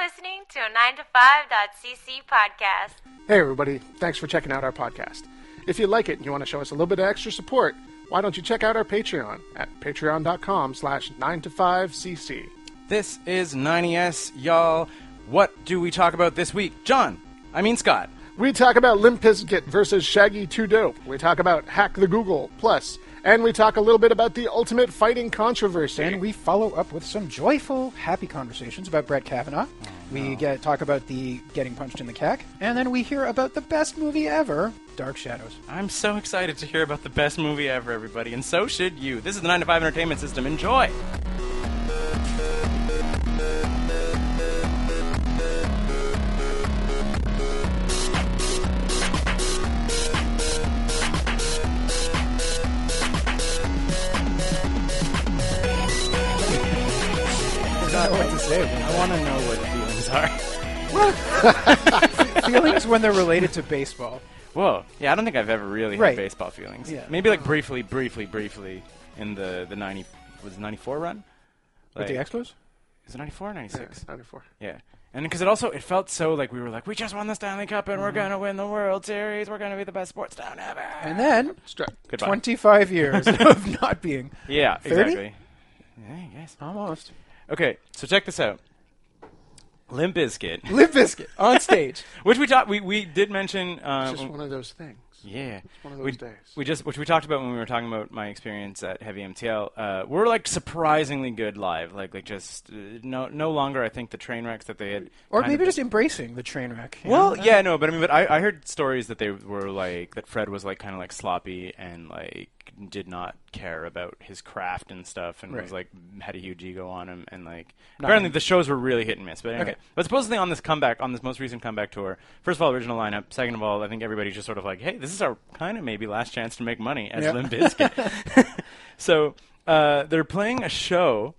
listening to a 9to5.cc podcast. Hey, everybody. Thanks for checking out our podcast. If you like it and you want to show us a little bit of extra support, why don't you check out our Patreon at patreon.com slash 9to5cc. This is 90S, y'all. What do we talk about this week? John, I mean Scott. We talk about Limp Bizkit versus Shaggy 2 Dope. We talk about Hack the Google Plus, and we talk a little bit about the ultimate fighting controversy. And we follow up with some joyful, happy conversations about Brett Kavanaugh. Oh, We get talk about the getting punched in the cack, and then we hear about the best movie ever, Dark Shadows. I'm so excited to hear about the best movie ever, everybody, and so should you. This is the 9 to 5 Entertainment System. Enjoy! I don't know what to say. I want to know what feelings are. Feelings when they're related to baseball. Whoa. Yeah, I don't think I've ever really Right. had baseball feelings. Yeah. Maybe like briefly, briefly, briefly in the, the 90, was it 94 run? Like, With the Expos? Is it 94 or 96? 94. Yeah. And because it also it felt so like we were like we just won the Stanley Cup and we're gonna win the World Series we're gonna be the best sports town ever And then, Strike. Goodbye. 25 years of not being. yeah 30? exactly yeah I guess Almost. okay so check this out Limp Bizkit Limp Biscuit on stage. which we talked we, we did mention uh, Just when- one of those things. yeah one of those we, days. we just which we talked about when we were talking about my experience at Heavy MTL uh, we're like surprisingly good live like like just uh, no no longer I think the train wrecks that they had Or kind of maybe been- just embracing the train wreck. you Well, know? yeah, no, but I mean, but I, I heard stories that they were like that. Fred was like kind of like sloppy and like did not care about his craft and stuff, and was like had a huge ego on him, and like apparently the shows were really hit and miss. But anyway, Okay. but supposedly on this comeback, on this most recent comeback tour, first of all, original lineup. Second of all, I think everybody's just sort of like, hey, this is our kind of maybe last chance to make money as Yeah. Limp Bizkit. so uh, they're playing a show,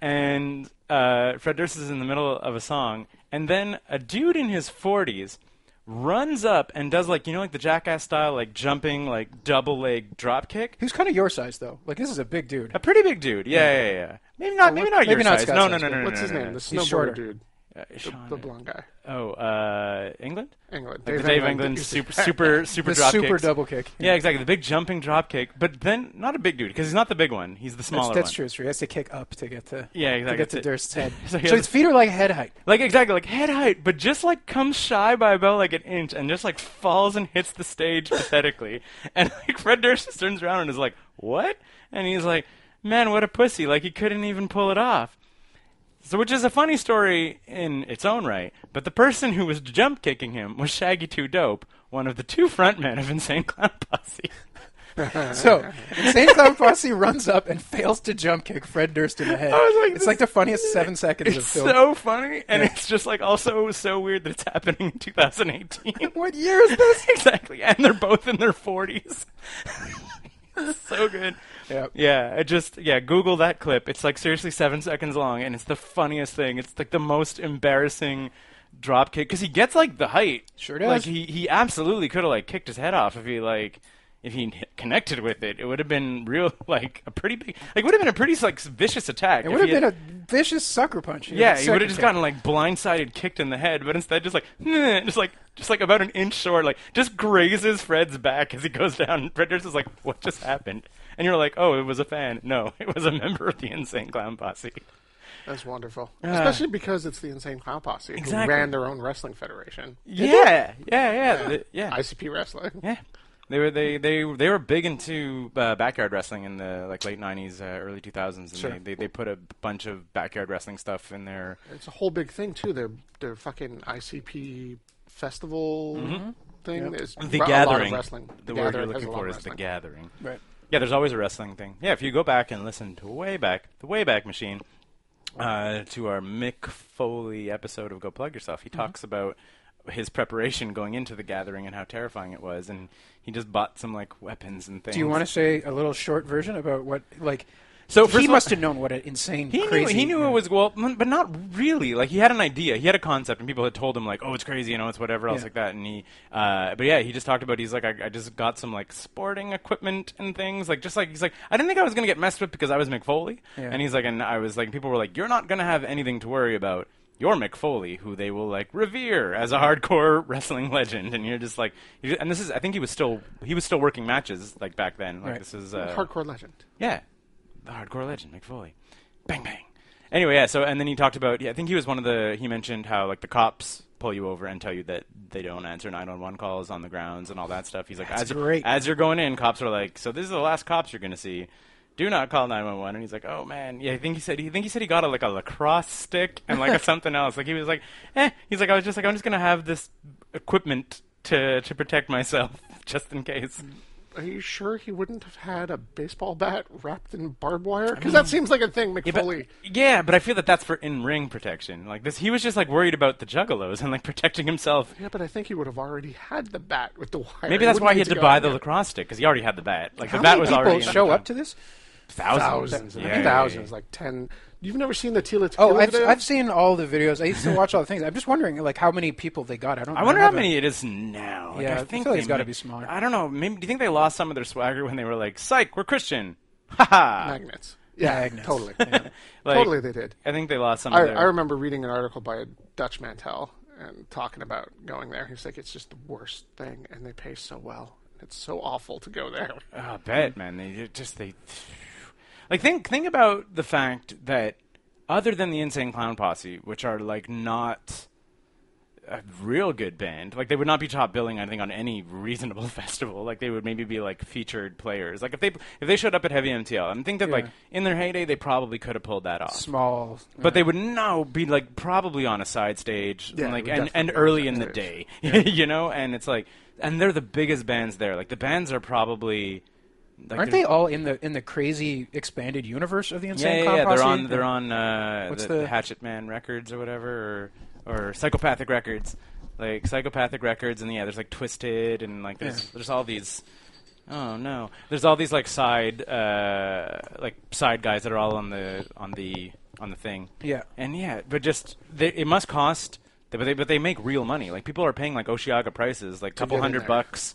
and uh, Fred Durst is in the middle of a song, and then a dude in his 40s runs up and does like you know like the jackass style like jumping like double leg drop kick. Who's kind of your size, though? Like, this is a big dude. A pretty big dude. Yeah, yeah, yeah. yeah. Maybe not. Maybe not Oh, maybe your not size. Scott's No, no, size, no, but no, no. What's his no, no, name? The no. snowboarder shorter. dude. Uh, Sean- The blonde guy. Oh, uh, England. England. Like the Dave England super super super The drop super kicks. double kick. Yeah, exactly. The big jumping drop kick, but then not a big dude because he's not the big one. He's the That's, smaller that's one. true. It's true. He has to kick up to get to Yeah, to exactly. get to It's- Durst's head. So so he has- his feet are like head height. Like exactly, like head height, but just like comes shy by about like an inch and just like falls and hits the stage pathetically. And like Fred Durst just turns around and is like, "What?" And he's like, "Man, what a pussy! Like he couldn't even pull it off." So, which is a funny story in its own right. But the person who was jump kicking him was Shaggy Two Dope, one of the two frontmen of Insane Clown Posse. So Insane Clown Posse runs up and fails to jump kick Fred Durst in the head. I was like, it's this- like the funniest seven seconds of It's film. so funny, and it's just like also so weird that it's happening in 2018. what year is this? exactly, and they're both in their 40s. so good. Yep. Yeah, I just yeah, Google that clip. It's like seriously 7 seconds long and it's the funniest thing. It's like the most embarrassing drop kick cuz he gets like the height. Sure does. Like he he absolutely could have like kicked his head off if he like if he connected with it. It would have been real like a pretty big like would have been a pretty like vicious attack. It if would have he had- been a vicious sucker punch. yeah, he you would have just gotten like blindsided, kicked in the head, but instead just like "Nah," just like just like about an inch short, like just grazes Fred's back as he goes down. And Fred Durst is like, "What just happened?" And you're like, "Oh, it was a fan." No, it was a member of the Insane Clown Posse. That's wonderful. Uh. Especially because it's the Insane Clown Posse Exactly. who ran their own wrestling federation. Yeah, yeah, yeah, th- yeah. ICP Wrestling. Yeah, they were they they they were big into uh, backyard wrestling in the like late '90s, uh, early 2000s, and Sure. they, they they put a bunch of backyard wrestling stuff in there. It's a whole big thing, too. Their, their fucking ICP festival thing. is Mm-hmm. a The Lot of Gathering. wrestling. The, word you're Gathering has a looking lot for of is the wrestling. Gathering. Right. Yeah, there's always a wrestling thing. Yeah, if you go back and listen to way back, the way back Machine, uh, to our Mick Foley episode of Go Plug Yourself, Mm-hmm. he talks about his preparation going into the gathering and how terrifying it was, and he just bought some like weapons and things. Do you want to say a little short version about what like? So first he of all- must have known what an insane, He crazy. knew he knew it was well, m- but not really. Like he had an idea, he had a concept, and people had told him like, "Oh, it's crazy," you know, it's whatever else Yeah. like that. And he, uh, but yeah, he just talked about he's like, I, I just got some like sporting equipment and things, like just like he's like, I didn't think I was gonna get messed with because I was McFoley, Yeah. and he's like, and I was like, people were like, "You're not gonna have anything to worry about." you're Mick Foley, who they will like revere as a hardcore wrestling legend, and you're just like, you and this is I think he was still he was still working matches like back then. Like Right. this is uh, Hardcore legend. yeah, the hardcore legend, Mick Foley. Bang bang. Anyway, yeah. So and then he talked about. Yeah, I think he was one of the. He mentioned how like the cops pull you over and tell you that they don't answer 911 calls on the grounds and all that stuff. He's like, as you- great. as you're going in, cops are like, so this is the last cops you're gonna see. Do not call 911. And he's like, oh man, yeah. I think he said. He think he said he got a, like a lacrosse stick and like a something else. Like he was like, eh. He's like, I was just like, I'm just gonna have this equipment to to protect myself just in case. Are you sure he wouldn't have had a baseball bat wrapped in barbed wire? Because that seems like a thing Yeah but, McFoley. yeah, but I feel that that's for in-ring protection. Like this, he was just like worried about the juggalos and like protecting himself. Yeah, but I think he would have already had the bat with the wire. Maybe that's wouldn't why he need had to go buy out the there. lacrosse stick because he already had the bat. Like How the bat many was people already in show the up to this? thousands, thousands, and Yeah. thousands, like ten. You've never seen the Tila Tila? Oh, I've, video? I've seen all the videos. I used to watch all the things. I'm just wondering, like, how many people they got. I don't. I wonder how have a- many it is now. Like, Yeah, I I think feel they like it's gotta ma- be smaller. I don't know. Maybe do you think they lost some of their swagger when they were like, "Psych, we're Christian." Ha ha. magnets. Yeah, Magnets. totally, Like, totally. They did. I think they lost some. I, of their... I remember reading an article by a Dutch Mantel and talking about going there. He's like, it's just the worst thing, and they pay so well. It's so awful to go there. Oh, I bet, man. They they're just they like think think about the fact that other than the Insane Clown Posse, which are like not a real good band, like they would not be top billing, I think, on any reasonable festival. Like they would maybe be like featured players. Like if they if they showed up at Heavy MTL, I think that like Yeah. in their heyday, they probably could have pulled that off. Small. But they would now be like probably on a side stage, Yeah, and, like it would and, and definitely be on a early side in the stage. day, you know. And it's like, and they're the biggest bands there. Like the bands are probably like, aren't they're- they all in the in the crazy expanded universe of the Yeah, insane? yeah, yeah, Clown they're Posse? on they're on uh, What's the, the the- Hatchet Man Records or whatever, or, or Psychopathic Records, like Psychopathic Records, and yeah, there's like Twisted and like there's Yeah. there's all these. Oh no, there's all these like side uh, like side guys that are all on the on the on the thing. Yeah. and yeah, but just they, it must cost. But they but they make real money. Like people are paying like Oshiaga prices, like a couple get in hundred there. bucks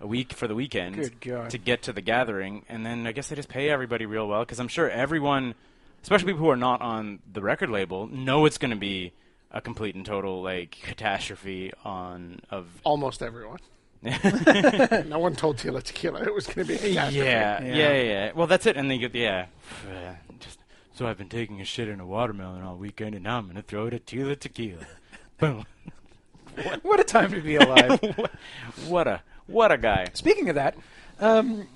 a week for the weekend Good God. to get to the gathering, and then I guess they just pay everybody real well because I'm sure everyone, especially people who are not on the record label, know it's going to be a complete and total like catastrophe on of Almost everyone. no one told Tila Tequila it was going to be a yeah, catastrophe. yeah yeah Well, that's it, and they get yeah. Just, so I've been taking a shit in a watermelon all weekend, and now I'm gonna throw it at Tila Tequila. Boom! What a time to be alive. What a what a guy. Speaking of that, um,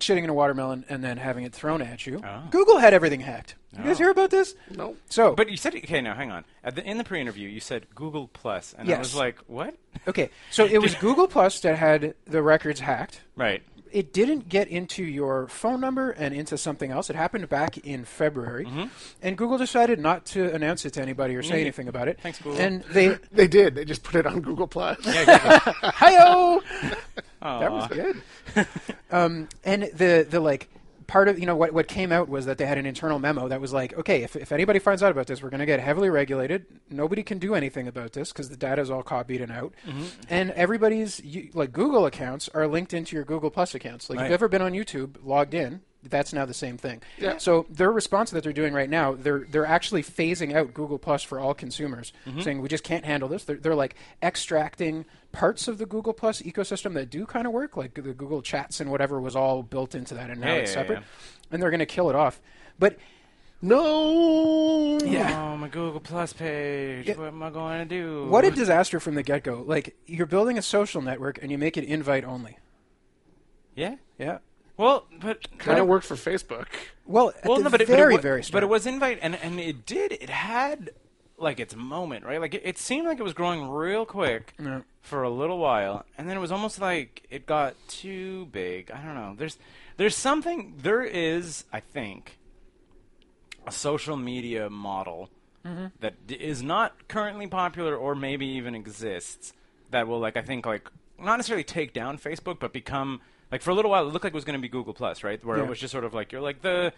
shitting in a watermelon and then having it thrown at you. Google had everything hacked. You guys hear about this? Nope. So, Ah. Oh. But you said okay. Now hang on. At the, in the pre-interview, you said Google Plus, and I Yes. was like, what? okay, so it was Google Plus that had the records hacked. Right. It didn't get into your phone number and into something else. It happened back in February, Mm-hmm. and Google decided not to announce it to anybody or say anything about it. Thanks, Google. And they, They did. They just put it on Google Plus. hiyo. Aw. That was good. um, and the the like part of you know what what came out was that they had an internal memo that was like, okay, if if anybody finds out about this, we're going to get heavily regulated. Nobody can do anything about this because the data is all copied and out. Mm-hmm. And everybody's you, like Google accounts are linked into your Google Plus accounts. Like if Right. you've ever been on YouTube, logged in. That's now the same thing. Yeah. So their response that they're doing right now, they're they're actually phasing out Google Plus for all consumers, Mm-hmm. saying we just can't handle this. They're, they're like extracting parts of the Google Plus ecosystem that do kind of work, like the Google Chats and whatever was all built into that, and now Yeah, it's yeah, yeah. separate. And they're going to kill it off. But No. Yeah. Oh, my Google Plus page. What am I going to do? what a disaster from the get go! Like you're building a social network and you make it invite only. Yeah. Yeah. Well, but Kind of worked for Facebook. Well, at Well, the no, but it, but it, very wa- very but start. it was invite, and and it did. It had like its moment, right? Like it, it seemed like it was growing real quick for a little while, and then it was almost like it got too big. I don't know. There's there's something. There is, I think, a social media model that d- is not currently popular or maybe even exists that will like I think like not necessarily take down Facebook but become like for a little while it looked like it was going to be Google Plus right where it Yeah. was just sort of like you're like the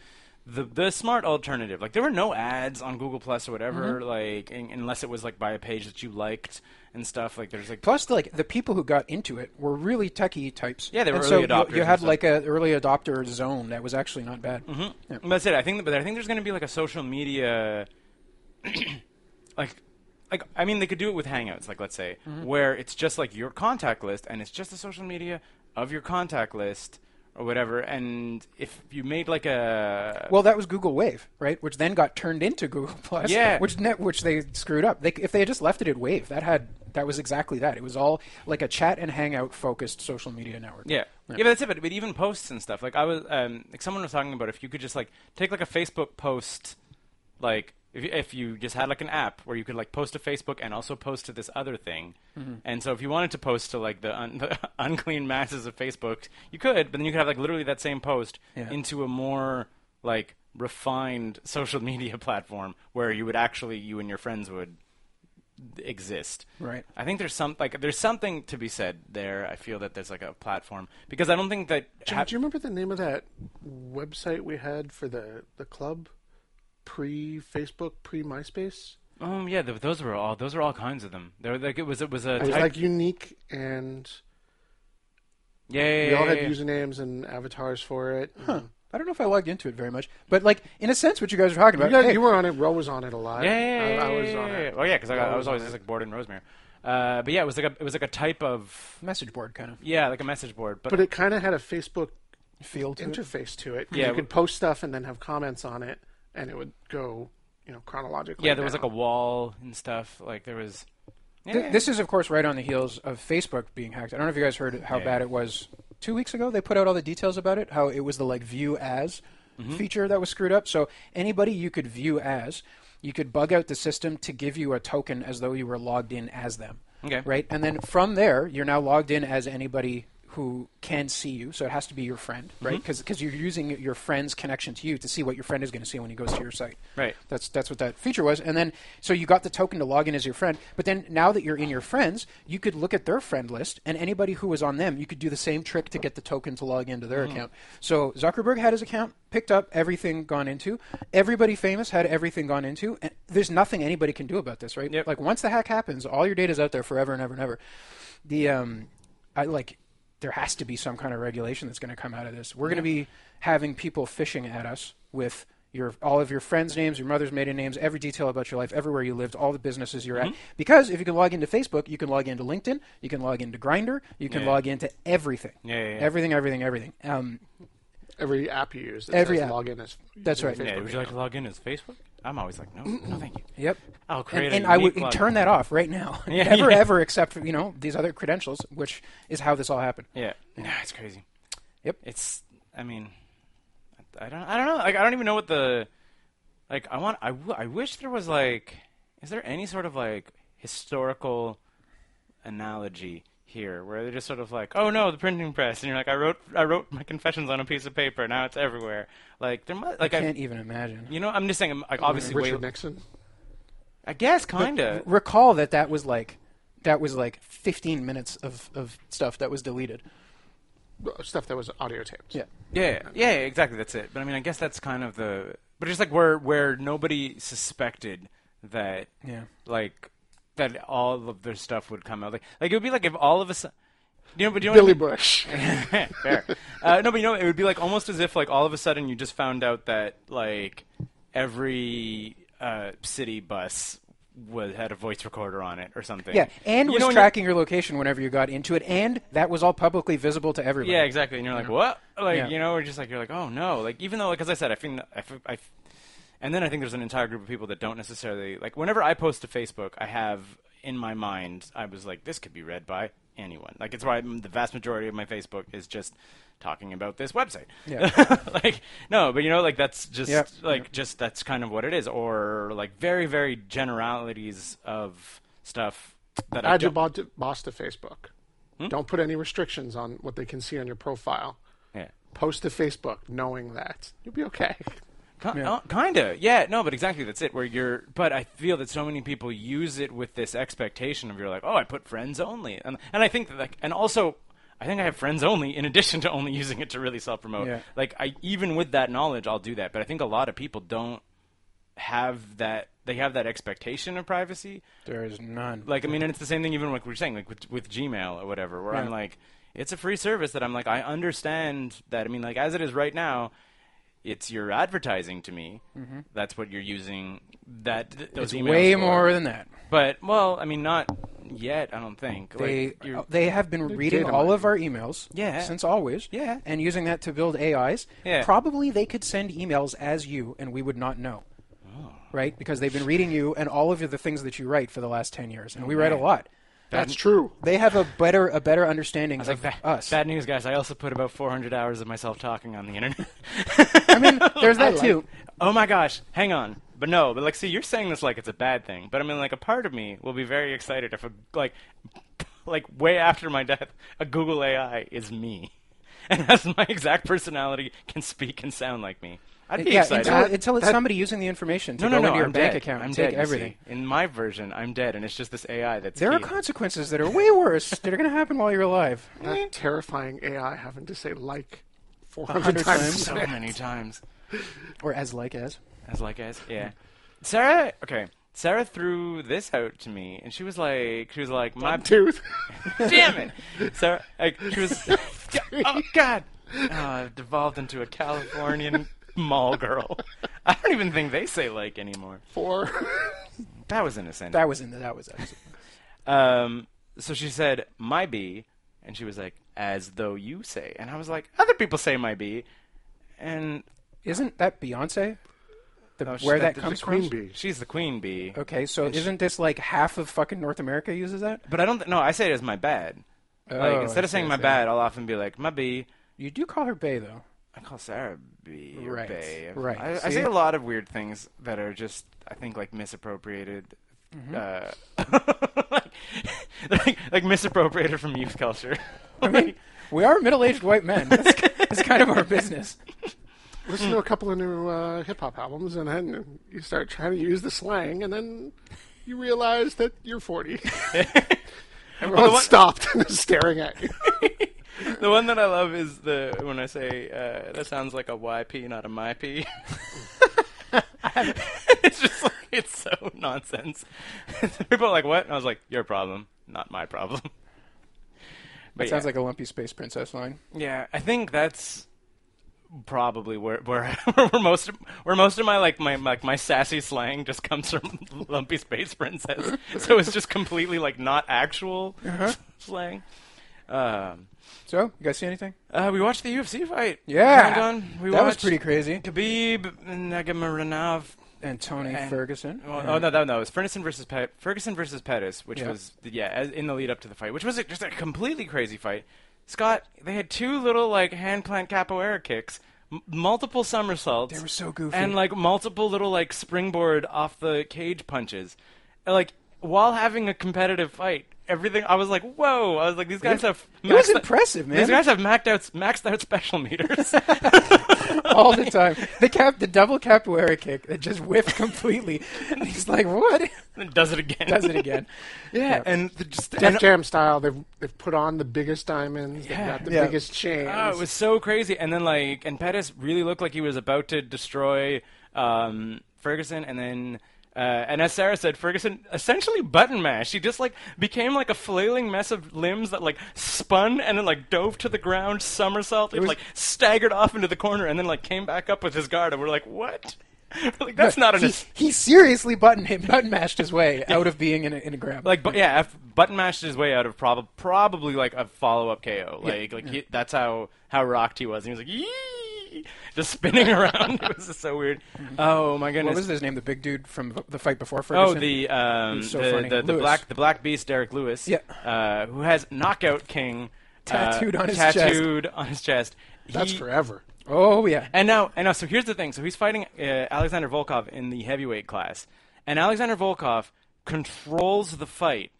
the the smart alternative like there were no ads on Google Plus or whatever like un- unless it was like by a page that you liked and stuff like there's like Plus, like the people who got into it were really techie types. Yeah, they were and early so adopters You, you and had stuff. like a early adopter zone that was actually not bad. Mm-hmm. But That's it. I think, but I think there's going to be like a social media, like like I mean they could do it with Hangouts, like let's say, where it's just like your contact list and it's just the social media of your contact list or whatever. And if you made like a Well, that was Google Wave, right? Which then got turned into Google Plus. Yeah. Which net, which they screwed up. They, if they had just left it at Wave, that had that was exactly that. It was all like a chat and hangout focused social media network. Yeah. yeah, but that's it. But, but even posts and stuff. Like I was, um, like someone was talking about if you could just like take like a Facebook post, like if you- if you just had like an app where you could like post to Facebook and also post to this other thing, Mm-hmm. and so if you wanted to post to like the, un- the unclean masses of Facebook, you could. But then you could have like literally that same post Yeah. into a more like refined social media platform where you would actually you and your friends would exist. Right. I think there's some like there's something to be said there. I feel that there's like a platform because I don't think that Jim, ha- do you remember the name of that website we had for the the club pre Facebook pre MySpace? Oh yeah, th- those were all those were all kinds of them. There were, like it was it was a It was type- like unique, and yeah, yeah, we all yeah, had yeah. usernames and avatars for it. Huh. I don't know if I logged into it very much, but like in a sense, what you guys were talking You, about. guys, hey, you were on it. Ro was on it a lot. Yeah, yeah, yeah, I, I was yeah, on yeah, it. yeah. Oh yeah, because I, got- I was on always it. just like bored in Rosemary. Uh, but yeah, it was like a it was like a type of message board kind of yeah, like a message board. But, But it kind of had a Facebook field. to it. interface to it. Yeah, you w- could post stuff and then have comments on it, and it would go, you know, chronologically. yeah, there was like down. a wall and stuff. Like there was. Yeah, Th- This is, of course, right on the heels of Facebook being hacked. I don't know if you guys heard how bad it was two weeks ago. They put out all the details about it. How it was the like view as Mm-hmm. feature that was screwed up. So anybody you could view as, you could bug out the system to give you a token as though you were logged in as them. Okay. Right, and then from there, you're now logged in as anybody who can see you. So it has to be your friend, Mm-hmm. right? Because you're using your friend's connection to you to see what your friend is going to see when he goes to your site. Right. That's that's what that feature was. And then so you got the token to log in as your friend, but then now that you're in your friends, you could look at their friend list and anybody who was on them, you could do the same trick to get the token to log into their account. So Zuckerberg had his account, picked up everything gone into. Everybody famous had everything gone into. And there's nothing anybody can do about this, right? Yep. Like once the hack happens, all your data's out there forever and ever and ever. The um I like there has to be some kind of regulation that's going to come out of this. We're going to be having people fishing at us with your all of your friends' names, your mother's maiden names, every detail about your life, everywhere you lived, all the businesses you're Mm-hmm. at. Because if you can log into Facebook, you can log into LinkedIn, you can log into Grinder, you can Yeah. log into everything. Yeah, yeah, yeah. Everything, everything, everything. Um, every app you use. That Every says app. log in as That's right. yeah, Facebook would you like to log in as Facebook? I'm always like, no, no, thank you. yep. I'll create And, a and I would unique login. turn that off right now. Yeah, Never yeah. ever accept you know these other credentials, which is how this all happened. Yeah. Yeah, it's crazy. Yep. It's I mean I I don't I don't know. Like I don't even know what the like I want I, w- I wish there was like is there any sort of like historical analogy here where they're just sort of like, "Oh no, the printing press." And you're like, "I wrote I wrote my confessions on a piece of paper. Now it's everywhere." Like there must like I, Can't e even imagine. you know, I'm just saying I'm like obviously way, Richard Nixon. I guess kind of. recall that that was like that was like 15 minutes of, of stuff that was deleted Stuff that was audio taped. yeah Yeah, yeah, yeah, exactly. That's it. But I mean, I guess that's kind of the. But just like where where nobody suspected that, Yeah. like that all of their stuff would come out. Like like it would be like if all of a sudden, you know, but you know, Billy what Bush. I mean? fair. Uh, no, but you know, it would be like almost as if like all of a sudden you just found out that like every uh, city bus was had a voice recorder on it or something. yeah and You was know, you're- tracking your location whenever you got into it and that was all publicly visible to everybody Yeah, exactly. And you're like, what? Like, Yeah. you know, we're just like, you're like, oh no. Like, even though, like as I said, I think, I, f- I f- and then I think there's an entire group of people that don't necessarily like. Whenever I post to Facebook, I have in my mind, I was like, this could be read by anyone. Like, it's why I'm- the vast majority of my Facebook is just talking about this website. Yeah. like, no, but you know, like that's just Yeah. like just that's kind of what it is, or like very very generalities of stuff that I Add your don't. bo- boss to Facebook. Hmm? Don't put any restrictions on what they can see on your profile. Yeah. Post to Facebook knowing that. You'll be okay. Ki- uh, kinda, yeah. No, but exactly, that's it. Where you're, but I feel that so many people use it with this expectation of you're like, oh, I put friends only, and and I think that like, and also, I think I have friends only in addition to only using it to really self promote. Yeah. Like I, even with that knowledge, I'll do that. But I think a lot of people don't have that. They have that expectation of privacy, there is none like I mean, and it's the same thing even like we were saying, like with, with Gmail or whatever, where I'm Yeah. like, it's a free service that I'm like, I understand that. I mean, like as it is right now, It's your advertising to me. That's what you're using. That th- those Mm-hmm. It's emails way for. more than that. But well, I mean, not yet. I don't think. They like, you're- they have been reading data all of our emails Yeah. since always Yeah. and using that to build AIs. Yeah. Probably they could send emails as you and we would not know. Oh. Right? Because they've been reading you and all of the things that you write for the last 10 years and we write a lot. That's true. They have a better a better understanding like of bad, us. bad news, guys. I also put about 400 hours of myself talking on the internet. I mean, there's that too. oh my gosh, hang on. But no, but like, see, you're saying this like it's a bad thing. But I mean, like, a part of me will be very excited if, a, like, like way after my death, a Google AI is me, and has my exact personality, can speak and sound like me. I'd be Yeah, excited. until, until it's That- somebody using the information to no, go no, no. into your I'm bank dead. account I'm and dead, you take see. everything. In my version, I'm dead, and it's just this AI that's. There are key. consequences that are way worse that are going to happen while you're alive. That terrifying AI having to say like 400 hundred times. times. so many times. Or as like as. As like as yeah. Sarah okay. Sarah threw this out to me and she was like she was like my Dude. damn it. Sarah like she was Oh god. Uh, devolved into a Californian mall girl. I don't even think they say like anymore. Four. That was innocent. That was in the, that was us. Um so she said my bee and she was like as though you say and I was like other people say my bee and Isn't that Beyonce? The, she- where Oh, that- that, the comes Queen from? Oh. bee. she's the queen bee. Okay, so isn't this like half of fucking North America uses that? But I don't. Th- no, I say it as my bad. Oh, like instead I of saying see, my I see. bad, I'll often be like my B. You do call her Bay though. I call Sarah B. Or Right, bae. right, I, I see? say a lot of weird things that are just, I think, like misappropriated. Mm-hmm. Uh, like, like, like misappropriated from youth culture. I mean, we are middle-aged white men. That's, ki- that's kind of our business. Listen to a couple of new uh, hip hop albums, and then you start trying to use the slang, and then you realize that you're 40. Everyone one- stopped and is staring at you. the one that I love is the when I say uh, that sounds like a YP, not a my P. it's just like it's so nonsense. People are like, "What?" And I was like, "Your problem, not my problem." But Sounds like a lumpy space princess line. yeah, I think that's probably where where, where most of, where most of my like my like my sassy slang just comes from Lumpy Space Princess. so it's just completely like not actual Uh-huh. slang. Um, So, you guys see anything? uh, we watched the UFC fight. Yeah, Brandon. we that was watched pretty crazy. Khabib Nagamaranov. And Tony And- Ferguson. Well, Oh no, no, no! It was Ferguson versus Pet- Ferguson versus Pettis, which Yeah. was yeah, as, in the lead up to the fight, which was a, just a completely crazy fight. Scott, they had two little like hand plant capoeira kicks, m- multiple somersaults. They were so goofy. and like multiple little like springboard off the cage punches, And, like while having a competitive fight. Everything I was like, whoa! I was like, these guys have. it was maxed out- impressive, man. These guys have maxed out maxed out special meters. all the time. The cap, the double capoeira kick that just whiffed completely. And he's like, "What?" and does it again. Does it again? Yeah, and the, just Def and- Jam style, they've, they've put on the biggest diamonds, Yeah. they've got the Yeah. biggest chains. Oh, it was so crazy. And then like, and Pettis really looked like he was about to destroy um, Ferguson. And then, uh, and as Sarah said, Ferguson essentially button mashed. He just like became like a flailing mess of limbs that like spun and then like dove to the ground, somersaulted, like staggered off into the corner, and then like came back up with his guard. And we're like, what? like that's not an. He, he seriously button him, button mashed his way out of being in a, in a grab. Like, but yeah, if button mashed his way out of prob- probably like a follow up KO. Like, like He, that's how how rocked he was. And he was like, yee, just spinning around. it was just so weird. Oh my goodness. Mm-hmm. what was his name? The big dude from v- the fight before Oh, Ferguson. the um, was so the, funny. the, the Lewis. black the black beast Derek Lewis, Yeah. uh, who has knockout king uh, Tattooed on his chest. tattooed on his chest. That's He- forever. oh yeah. and now, and now, so here's the thing. So he's fighting uh, Alexander Volkov in the heavyweight class, and Alexander Volkov controls the fight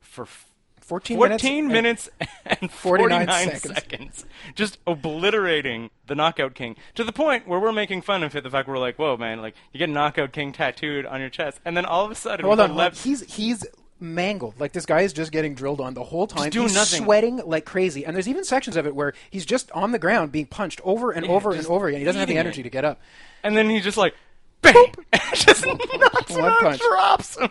for f- 14 14 minutes minutes and 49, 49 seconds. seconds. just obliterating the Knockout King to the point where we're making fun of it. The fact we're like, "Whoa, man! Like you get Knockout King tattooed on your chest, and then all of a sudden, Hold with on, the left, he's he's mangled. Like this guy is just getting drilled on the whole time. doing he's nothing. sweating like crazy, and there's even sections of it where he's just on the ground being punched over and over and just over again. He doesn't have the eating energy it. to get up. and then he just like, bang, just knocks him One out, punch. drops him.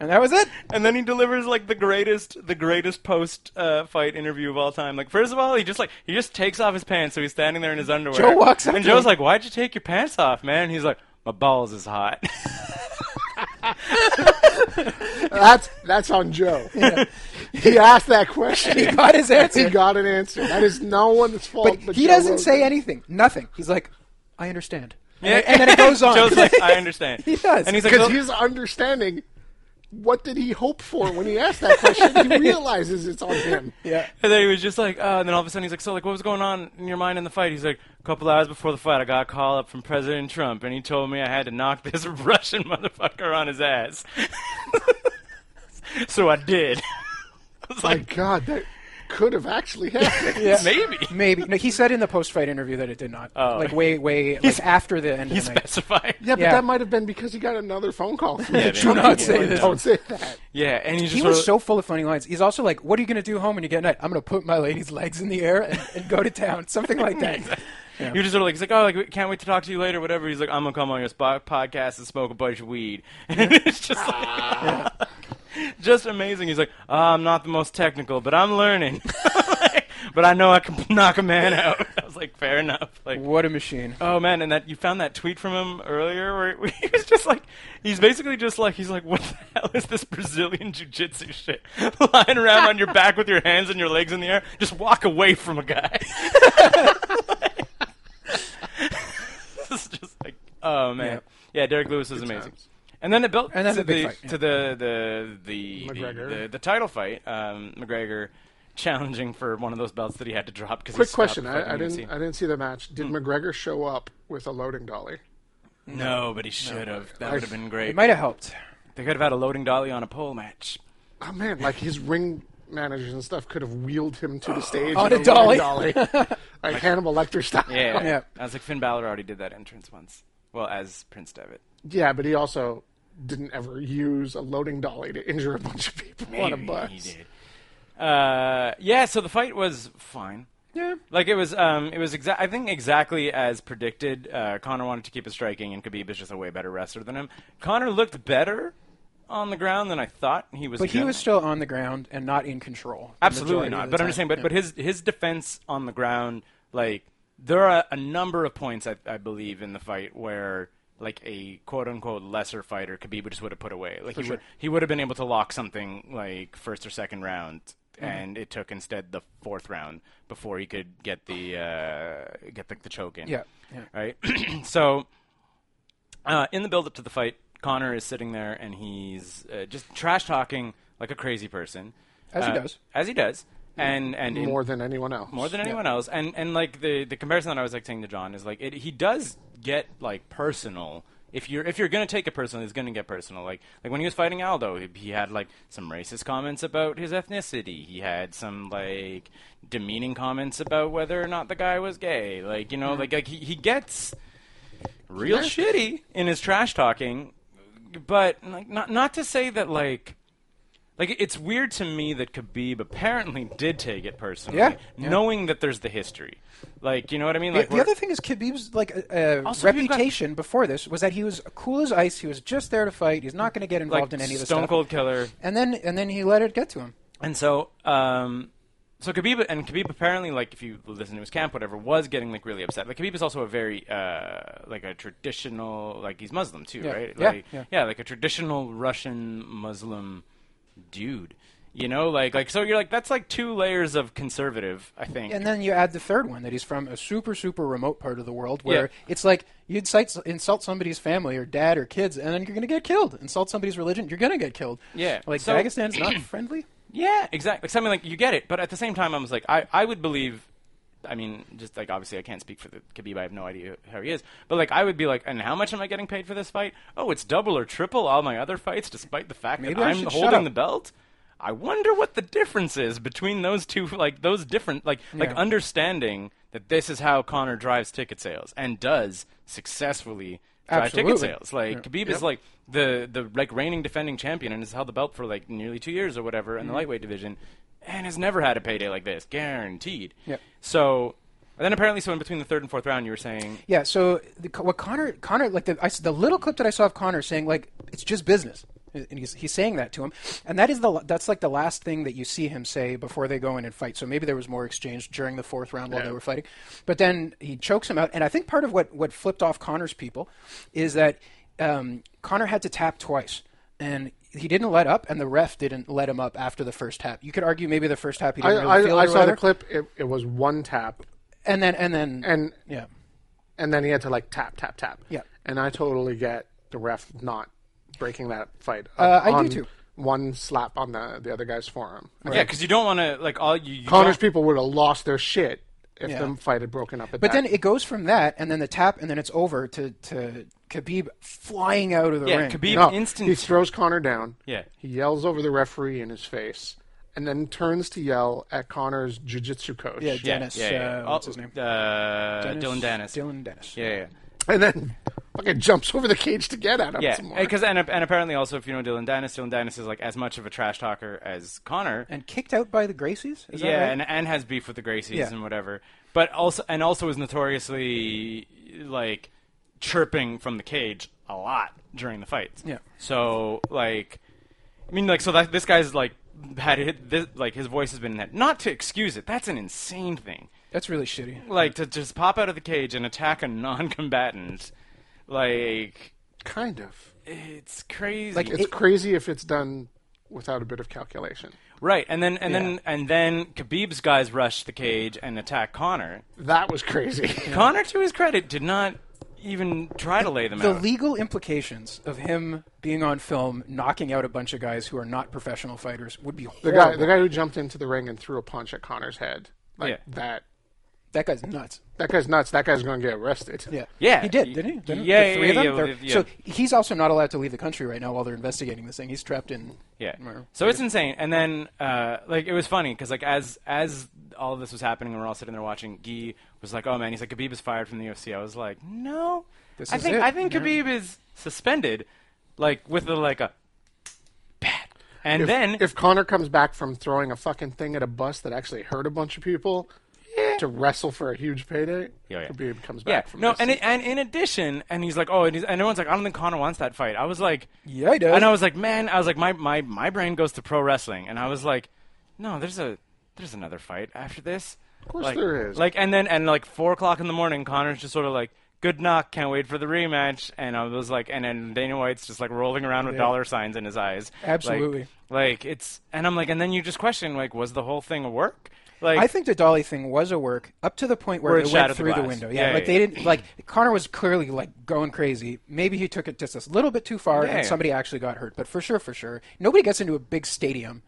And that was it. And then he delivers like the greatest, the greatest post uh, fight interview of all time. Like first of all, he just like he just takes off his pants, so he's standing there in his underwear. Joe walks up and to Joe's him. like, "Why'd you take your pants off, man?" And he's like, "My balls is hot." That's that's on Joe. He asked that question. He got his He answer. got an answer. That is no one's fault. but But, he Joe doesn't Rogan. say anything. Nothing. He's like, I understand. And, and then it goes on. Joe's like, "I understand." He does. And he's like, "Oh." because "Well, he's understanding. What did he hope for when he asked that question? He realizes it's on him. yeah. And then he was just like, uh, and then all of a sudden he's like, so like, what was going on in your mind in the fight? He's like, a couple hours before the fight, I got a call up from President Trump, and he told me I had to knock this Russian motherfucker on his ass. so I did. I was My like, God, that could have actually happened. Yeah. maybe Maybe. No, he said in the post-fight interview that it did not. Oh. Like way, way like after the end he of the night. specified. Yeah, but Yeah. that might have been because he got another phone call. From Yeah, the they Trump don't people. say Like, this. Don't say that. Yeah, and he just He sort was of- so full of funny lines. He's also like, "What are you going to do home when you get night? I'm going to put my lady's legs in the air and, and go to town." Something like that. Yeah. He was just sort of like, he's like, oh, like, we can't wait to talk to you later, whatever. He's like, I'm gonna come on your spot podcast and smoke a bunch of weed, and it's just like, just amazing. He's like, oh, I'm not the most technical, but I'm learning. but I know I can knock a man out. I was like, fair enough. Like, What a machine. Oh man, and that you found that tweet from him earlier where where he was just like, he's basically just like, he's like, what the hell is this Brazilian jiu-jitsu shit? Lying around on your back with your hands and your legs in the air, just walk away from a guy. it's just like, oh man, yeah, Derek Lewis is amazing. times. And then it built And then to, the big the, fight, yeah. to the the the the- McGregor. the, the title fight, um, McGregor challenging for one of those belts that he had to drop because Quick question: I, I didn't, I didn't see the match. Hmm. Did McGregor show up with a loading dolly? No, but he should have. That would have been great. It might have helped. They could have had a loading dolly on a pole match. Oh man, like his ring managers and stuff could have wheeled him to the stage On in a dolly. loading dolly. like Hannibal Lecter style. Yeah. Yeah. I was like, Finn Balor already did that entrance once. Well, as Prince Devitt. Yeah, but he also didn't ever use a loading dolly to injure a bunch of people on a bus. He did. Uh, yeah, so the fight was fine. Yeah. Like it was, um, it was exact. I think exactly as predicted. Uh, Connor wanted to keep it striking, and Khabib is just a way better wrestler than him. Connor looked better on the ground than I thought he was. But he gonna. was still on the ground and not in control. the Absolutely majority of not. the But I'm just time. saying, but, but his his defense on the ground, like there are a number of points I, I believe in the fight where like a quote unquote lesser fighter, Khabib just would have put away. Like he would he would have been able to lock something like first or second round, Mm-hmm. and it took instead the fourth round before he could get the uh, get the, the choke in. Yeah, yeah. Right. so uh, in the build up to the fight, Connor is sitting there and he's uh, just trash talking like a crazy person. As he Uh, does. As he does. And and in- More than anyone else. more than anyone else. And and like the the comparison that I was like saying to John is like it, he does get like personal. If you're if you're gonna take it personal, he's gonna get personal. Like like when he was fighting Aldo, he, he had like some racist comments about his ethnicity. He had some like demeaning comments about whether or not the guy was gay. Like you know like like he, he gets real shitty in his trash talking. But like not not to say that like like it's weird to me that Khabib apparently did take it personally, Yeah, yeah. knowing that there's the history. Like, you know what I mean? The, Like, the we're- other thing is Khabib's like uh, uh, Also, Khabib got- reputation before this was that he was cool as ice. He was just there to fight. He's not going to get like involved in any of the Stone stuff. Cold Killer, And then and then he let it get to him. and so, um, so Khabib and Khabib apparently, like, if you listen to his camp, whatever, was getting like really upset. Like, Khabib is also a very, uh, like a traditional, like he's Muslim too, Yeah. right? Yeah, Like, yeah. like a traditional Russian Muslim dude. You know, like, like so you're like that's like two layers of conservative, I think. And then you add the third one that he's from a super super remote part of the world where Yeah. it's like you incite, insult somebody's family or dad or kids, and then you're going to get killed. Insult somebody's religion, you're going to get killed. Yeah. like So- Dagestan's not friendly. Yeah, exactly. Like something like you get it, but at the same time, I was like, I, I would believe. I mean, just like obviously, I can't speak for the Khabib. I have no idea how he is, but like I would be like, and how much am I getting paid for this fight? Oh, it's double or triple all my other fights, despite the fact Maybe that I I'm should shut holding up. the belt. I wonder what the difference is between those two, like those different, like like Yeah. understanding that this is how Connor drives ticket sales and does successfully drive ticket Absolutely. sales. Like Yeah. Khabib is like the the like reigning defending champion and has held the belt for like nearly two years or whatever Mm-hmm. in the lightweight division, and has never had a payday like this, guaranteed. Yep. So, and then apparently, so in between the third and fourth round, you were saying, Yeah. So the, what Connor Connor like the I s the little clip that I saw of Connor saying like it's just business. and he's he's saying that to him, and that is the that's like the last thing that you see him say before they go in and fight. So maybe there was more exchange during the fourth round while they were fighting, but then he chokes him out. And I think part of what what flipped off Connor's people is that um, Connor had to tap twice, and he didn't let up, and the ref didn't let him up after the first tap. You could argue maybe the first tap he I, didn't really I, feel it I or saw the whatever. clip. It, it was one tap, and then and then and yeah. and then he had to like tap, tap, tap. Yeah. And I totally get the ref not breaking that fight. Uh, up I do on too. One slap on the the other guy's forearm. Yeah, because you don't want to like all you. you Connor's don't- people would have lost their shit if Yeah. the fight had broken up. At that. But then it goes from that, and then the tap, and then it's over to to Khabib flying out of the Yeah, ring. Khabib No, instant. he throws Connor down. Yeah. He yells over the referee in his face, and then turns to yell at Connor's jiu-jitsu coach. Yeah, yeah, Dennis. yeah, yeah. Uh, what's Oh, his name? Uh, Dylan Dennis. Dylan Dennis. Yeah, yeah. And then fucking jumps over the cage to get at him Yeah, some more. because and, and apparently also if you know Dylan Dennis, Dylan Dennis is like as much of a trash talker as Connor. And kicked out by the Gracies? Is yeah, that right? and and has beef with the Gracies Yeah. and whatever. But also and also is notoriously like chirping from the cage a lot during the fights. Yeah. So like, I mean, like, so that this guy's like had hit this, like his voice has been in that. Not to excuse it. That's an insane thing. That's really shitty. Like to just pop out of the cage and attack a non-combatant. Like kind of. it's crazy. Like, It's crazy if it's done without a bit of calculation. Right, and then and Yeah. then and then Khabib's guys rush the cage and attack Connor. That was crazy. Connor, to his credit, did not even try to lay them The out. legal implications of him being on film knocking out a bunch of guys who are not professional fighters would be the horrible. guy, the guy who jumped into the ring and threw a punch at Connor's head, like Yeah. that. that guy's nuts. That guy's nuts. That guy's gonna get arrested. Yeah. Yeah. He did, Y- didn't he? Didn't yeah, the three yeah, of them? yeah, They're- yeah. So he's also not allowed to leave the country right now while they're investigating this thing. He's trapped in. yeah, Where- so it's insane. And then uh, like it was funny because like as as all of this was happening, and we're all sitting there watching. Guy was like, "Oh man," he's like, "Khabib is fired from the UFC." I was like, "No, This I is think it. I think Khabib is suspended, like with a, like a bad." And If, then if Connor comes back from throwing a fucking thing at a bus that actually hurt a bunch of people to wrestle for a huge payday, Yeah, yeah. Khabib comes yeah, back from no, this. and it, and in addition, and he's like, oh, and, he's, and everyone's like, I don't think Connor wants that fight. I was like, Yeah, he does. And I was like, man, I was like, my my my brain goes to pro wrestling, and I was like, no, there's a there's another fight after this. Of course there is. Like, and then and like four o'clock in the morning, Connor's just sort of like. Good knock, can't wait for the rematch. And I was like, and then Dana White's just like rolling around with dollar signs in his eyes. Like- Absolutely. Like, it's, and I'm like, and then you just question, like, was the whole thing a work? Like, I think the dolly thing was a work up to the point where, Where it it shattered went the through glass. the, window. Yeah, Yeah, like yeah, they didn't like Connor was clearly like going crazy. Maybe he took it just a little bit too far, Yeah. and somebody actually got hurt. But for sure, for sure, nobody gets into a big stadium.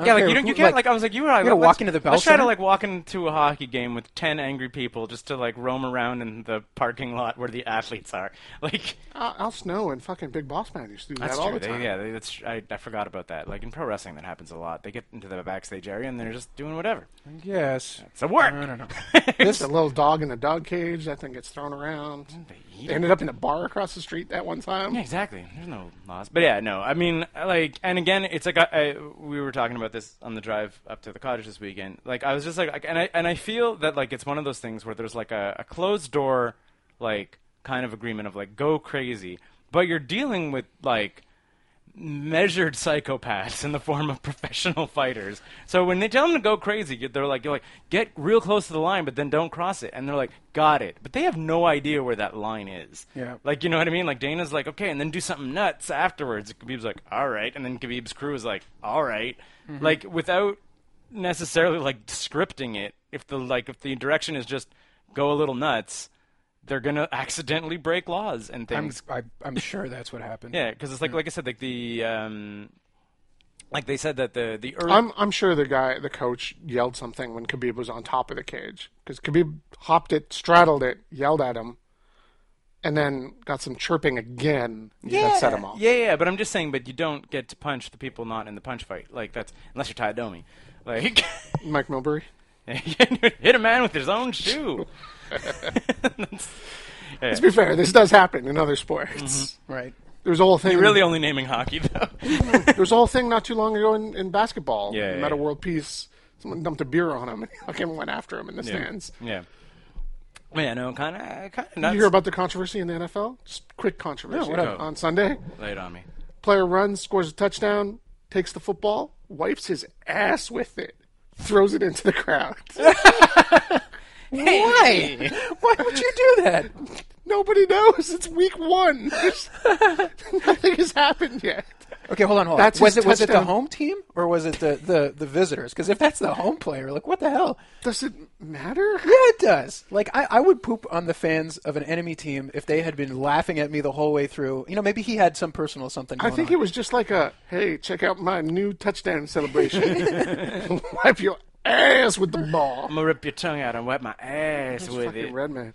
I don't Yeah, like care you, don't, who- you can't. Like, I was like, you and I. you gotta let's- walk into the Bell Let's try to Center? like walk into a hockey game with ten angry people just to like roam around in the parking lot where the athletes are. Like Al, Al Snow and fucking Big Boss Man used to do that's that all true. the They- time. yeah, they, that's I, I forgot about that. Like in pro wrestling, that happens a lot. They get into the backstage area and they're just doing whatever. yes, It's a work. I don't know. It's a little dog in a dog cage. That thing gets thrown around. Mm, eat They ended up in a bar across the street that one time. Yeah, exactly. There's no laws, but yeah, no. I mean, like, and again, it's like I, I, we were talking about this on the drive up to the cottage this weekend. Like, I was just like, like, and I and I feel that like it's one of those things where there's like a, a closed door, like kind of agreement of like go crazy, but you're dealing with like measured psychopaths in the form of professional fighters. So when they tell them to go crazy, you- they're like, you're like, get real close to the line, but then don't cross it. And they're like, got it. But they have no idea where that line is. Yeah. Like, you know what I mean? Like Dana's like, okay, and then do something nuts afterwards. Khabib's like, all right. And then Khabib's crew is like, all right. Like without necessarily like scripting it, if the like if the direction is just go a little nuts, they're gonna accidentally break laws and I'm, things. I, I'm sure that's what happened. Yeah, because it's like like I said, like the um, like they said that the the early, I'm I'm sure the guy, the coach, yelled something when Khabib was on top of the cage because Khabib hopped it, straddled it, yelled at him, and then got some chirping again that set him off. yeah yeah. But I'm just saying, but you don't get to punch the people not in the punch fight. Like that's unless you're Ty Domi. Like Mike Milbury. hit a man with his own shoe. To be fair, this does happen in other sports. Right. There's a whole thing. Mm-hmm. Really, only naming hockey though. There's a whole thing not too long ago in, in basketball. Yeah, He yeah, met a yeah. world peace. Someone dumped a beer on him, and he fucking went after him in the stands. yeah. Yeah, no, kind of, kind of nuts. You hear about the controversy in the NFL? Just quick controversy whatever. on Sunday. Lay it on me. player runs, scores a touchdown, takes the football, wipes his ass with it, throws it into the crowd. Why? Why would you do that? Nobody knows. It's week one. There's- Nothing has happened yet. Okay, hold on, hold on. That's was his it was it the touchdown. home team or was it the the, the visitors? Because if that's the home player, like what the hell? Does it matter? Yeah, it does. Like I, I would poop on the fans of an enemy team if they had been laughing at me the whole way through. You know, maybe he had some personal something. I Going think on. it was just like a hey, check out my new touchdown celebration. Wipe your ass with the ball. I'm gonna rip your tongue out and wipe my ass with Fucking it. Redman.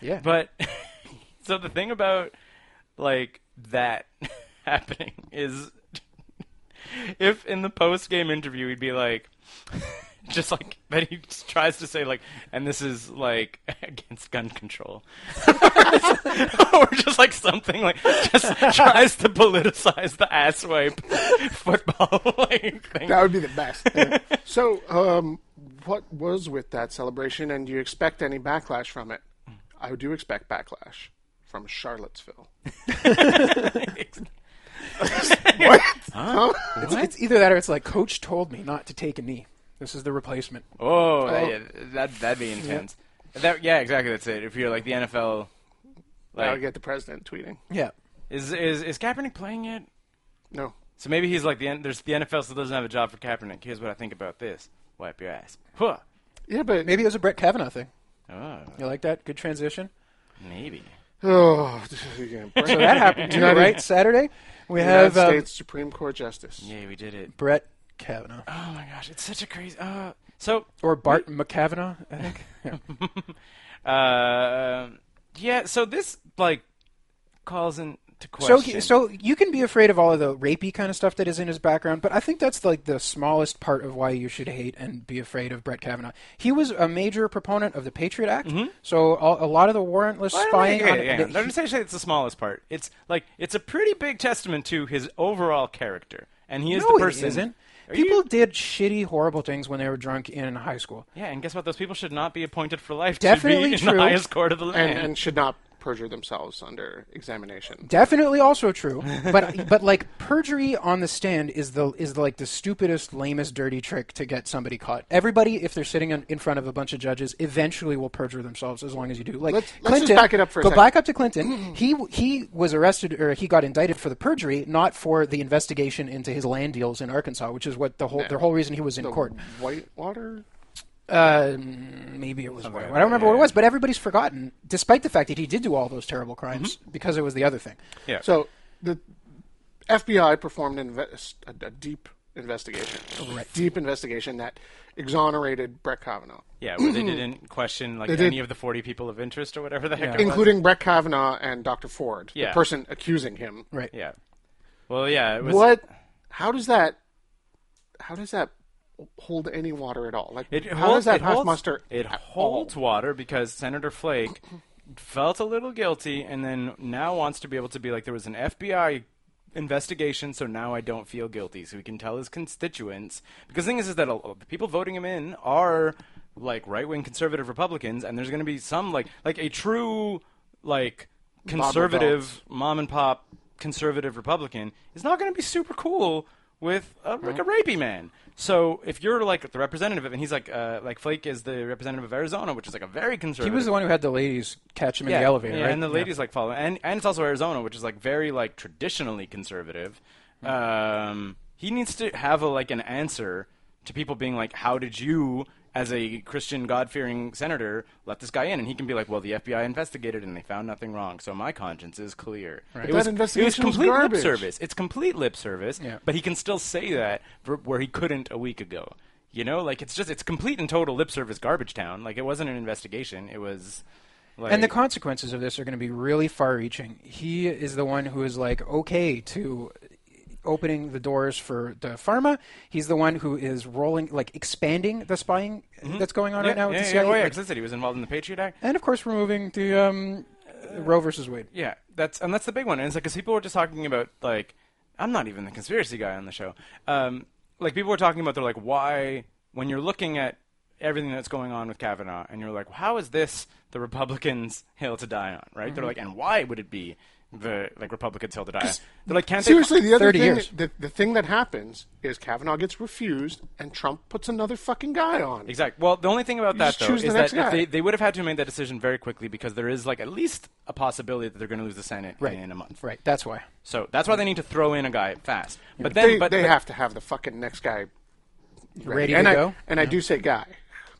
yeah. But so the thing about like that happening is if in the post game interview he'd be like just like but he just tries to say like and this is like against gun control or just like something like just tries to politicize the ass wipe football like thing. That would be the best. so, um, what was with that celebration, and do you expect any backlash from it? I do expect backlash from Charlottesville. It's, it's either that or it's like coach told me not to take a knee. This is the replacement. Oh, yeah, that that'd be intense. That yeah, exactly. That's it. If you're like the NFL, I would like get the president tweeting. Yeah. is is is Kaepernick playing yet? No. So maybe he's like the N- there's the NFL still doesn't have a job for Kaepernick. Here's what I think about this: wipe your ass. Huh? Yeah, but Maybe it was a Brett Kavanaugh thing. Oh, You like that? Good transition. maybe. oh, yeah, So that happened too, United- right? Saturday, we United have um, States Supreme Court Justice. Yeah, we did it. Brett Kavanaugh Oh my gosh, it's such a crazy. Uh, so or Bart McKavanaugh, I think. Yeah. uh, yeah, so this like calls into So, question. he- so you can be afraid of all of the rapey kind of stuff that is in his background, but I think that's like the smallest part of why you should hate and be afraid of Brett Kavanaugh. He was a major proponent of the Patriot Act, so a, a lot of the warrantless Mm-hmm. Well, I don't spying. think- on, okay, hang on. that Don't just say say it's the smallest part. It's like it's a pretty big testament to his overall character, and he is no, the person. it isn't. Are People you- did shitty, horrible things when they were drunk in high school. yeah, and guess what? Those people should not be appointed for life. to Definitely be in true. the highest court of the land. And, and should not perjure themselves under examination. Definitely also true, but but like perjury on the stand is the is like the stupidest, lamest, dirty trick to get somebody caught. Everybody, if they're sitting in, in front of a bunch of judges, eventually will perjure themselves as long as you do. Like Let's- let's just Clinton, back it up for a go second. back up to Clinton. He he was arrested or he got indicted for the perjury, not for the investigation into his land deals in Arkansas, which is what the whole the whole reason he was in court. Whitewater? Uh, maybe it was. White. I don't remember what it was, but everybody's forgotten, despite the fact that he did do all those terrible crimes because it was the other thing. yeah. So the FBI performed an invest, a, a deep investigation, a deep investigation that exonerated Brett Kavanaugh, yeah, where they didn't question like did- any of the forty people of interest or whatever the heck. it was. including Brett Kavanaugh and Dr. Ford, Yeah. the person accusing him. Right. Yeah. Well, yeah. It was, What? How does that? How does that hold any water at all? Like, It how hold- does that oh. it pass holds- muster? It at holds all? water because Senator Flake felt a little guilty and then now wants to be able to be like there was an FBI investigation, so now I don't feel guilty. So he can tell his constituents because the thing is, is that a, the people voting him in are like right wing conservative Republicans, and there's going to be some like like a true like conservative mom and pop conservative Republican is not going to be super cool with a, like a rapey man. So if you're like the representative, of- and he's like uh, like Flake is the representative of Arizona, which is like a very He conservative. was the one who had the ladies catch him in the elevator, yeah, right? and the ladies like follow, and and it's also Arizona, which is like very like traditionally conservative. Mm-hmm. Um, he needs to have a like an answer to people being like, how did you? As a Christian, God-fearing senator, let this guy in, and he can be like, "Well, the FBI investigated, and they found nothing wrong, so my conscience is clear." It, That was, it was investigation was complete lip garbage. service. It's complete lip service, Yeah. but he can still say that for, where he couldn't a week ago. You know, like it's just it's complete and total lip service garbage town. Like it wasn't an investigation; it was. Like, And the consequences of this are going to be really far-reaching. He is the one who is like okay to opening the doors for the pharma. He's the one who is rolling, like expanding the spying that's going on right now with Mm-hmm. yeah, the yeah, oh, CIA, yeah, like- 'cause that's it. He was involved in the Patriot Act. and of course removing the um, uh, Roe versus Wade. Yeah, that's and that's the big one. And it's like because people were just talking about like I'm not even the conspiracy guy on the show. Um, like people were talking about they're like why when you're looking at everything that's going on with Mm-hmm. Kavanaugh and you're like how is this the Republicans' hill to die on? Right? They're like and why would it be the like Republicans held it high. They're like, can't Seriously, the other 30 thing, years. the, the thing that happens is Kavanaugh gets refused, and Trump puts another fucking guy on. they? Exactly. Well, the only thing about that just though choose is the that next if guy. they, they would have had to make that decision very quickly because there is like at least a possibility that they're going to lose the Senate Right. in a month. Right. That's why. So that's why they need to throw in a guy fast. But then, They, but, they but- have to have the fucking next guy ready, Ready and to I, go? And I do say guy.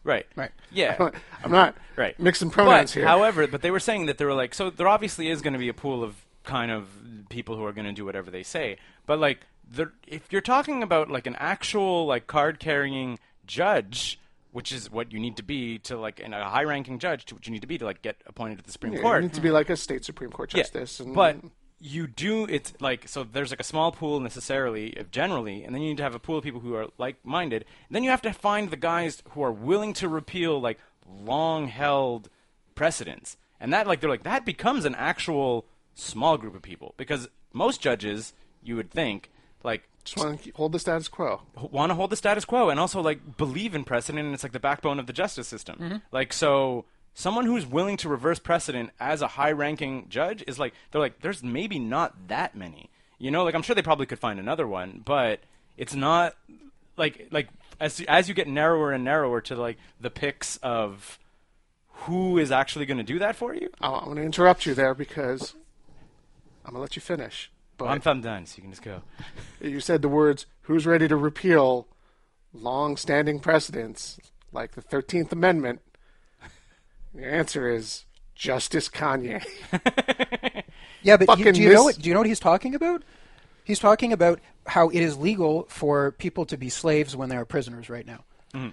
right, Right. yeah. I'm not right mixing pronouns but, here. However, but they were saying that they were like, so there obviously is going to be a pool of kind of people who are going to do whatever they say. But like, the, if you're talking about like an actual like card carrying judge, which is what you need to be to like in a high ranking judge, to what you need to be to like get appointed to the Supreme Yeah, Court. You need to be like a state Supreme Court justice. And But you do it's like so there's like a small pool necessarily if generally and then you need to have a pool of people who are like-minded and then you have to find the guys who are willing to repeal like long-held precedents and that like they're like that becomes an actual small group of people because most judges you would think like just want to hold the status quo. want to hold the status quo and also like believe in precedent and it's like the backbone of the justice system like so someone who's willing to reverse precedent as a high ranking judge is like they're like there's maybe not that many you know like i'm sure they probably could find another one but it's not like like as as you get narrower and narrower to like the picks of who is actually going to do that for you I, I want to interrupt you there because I'm gonna let you finish. But i'm, I'm done so you can just go you said the words "Who's ready to repeal long-standing precedents like the Thirteenth Amendment?" Your answer is Justice Kanye. Yeah, but he, Fucking do you this- know what? Do you know what he's talking about? He's talking about how it is legal for people to be slaves when they are prisoners right now.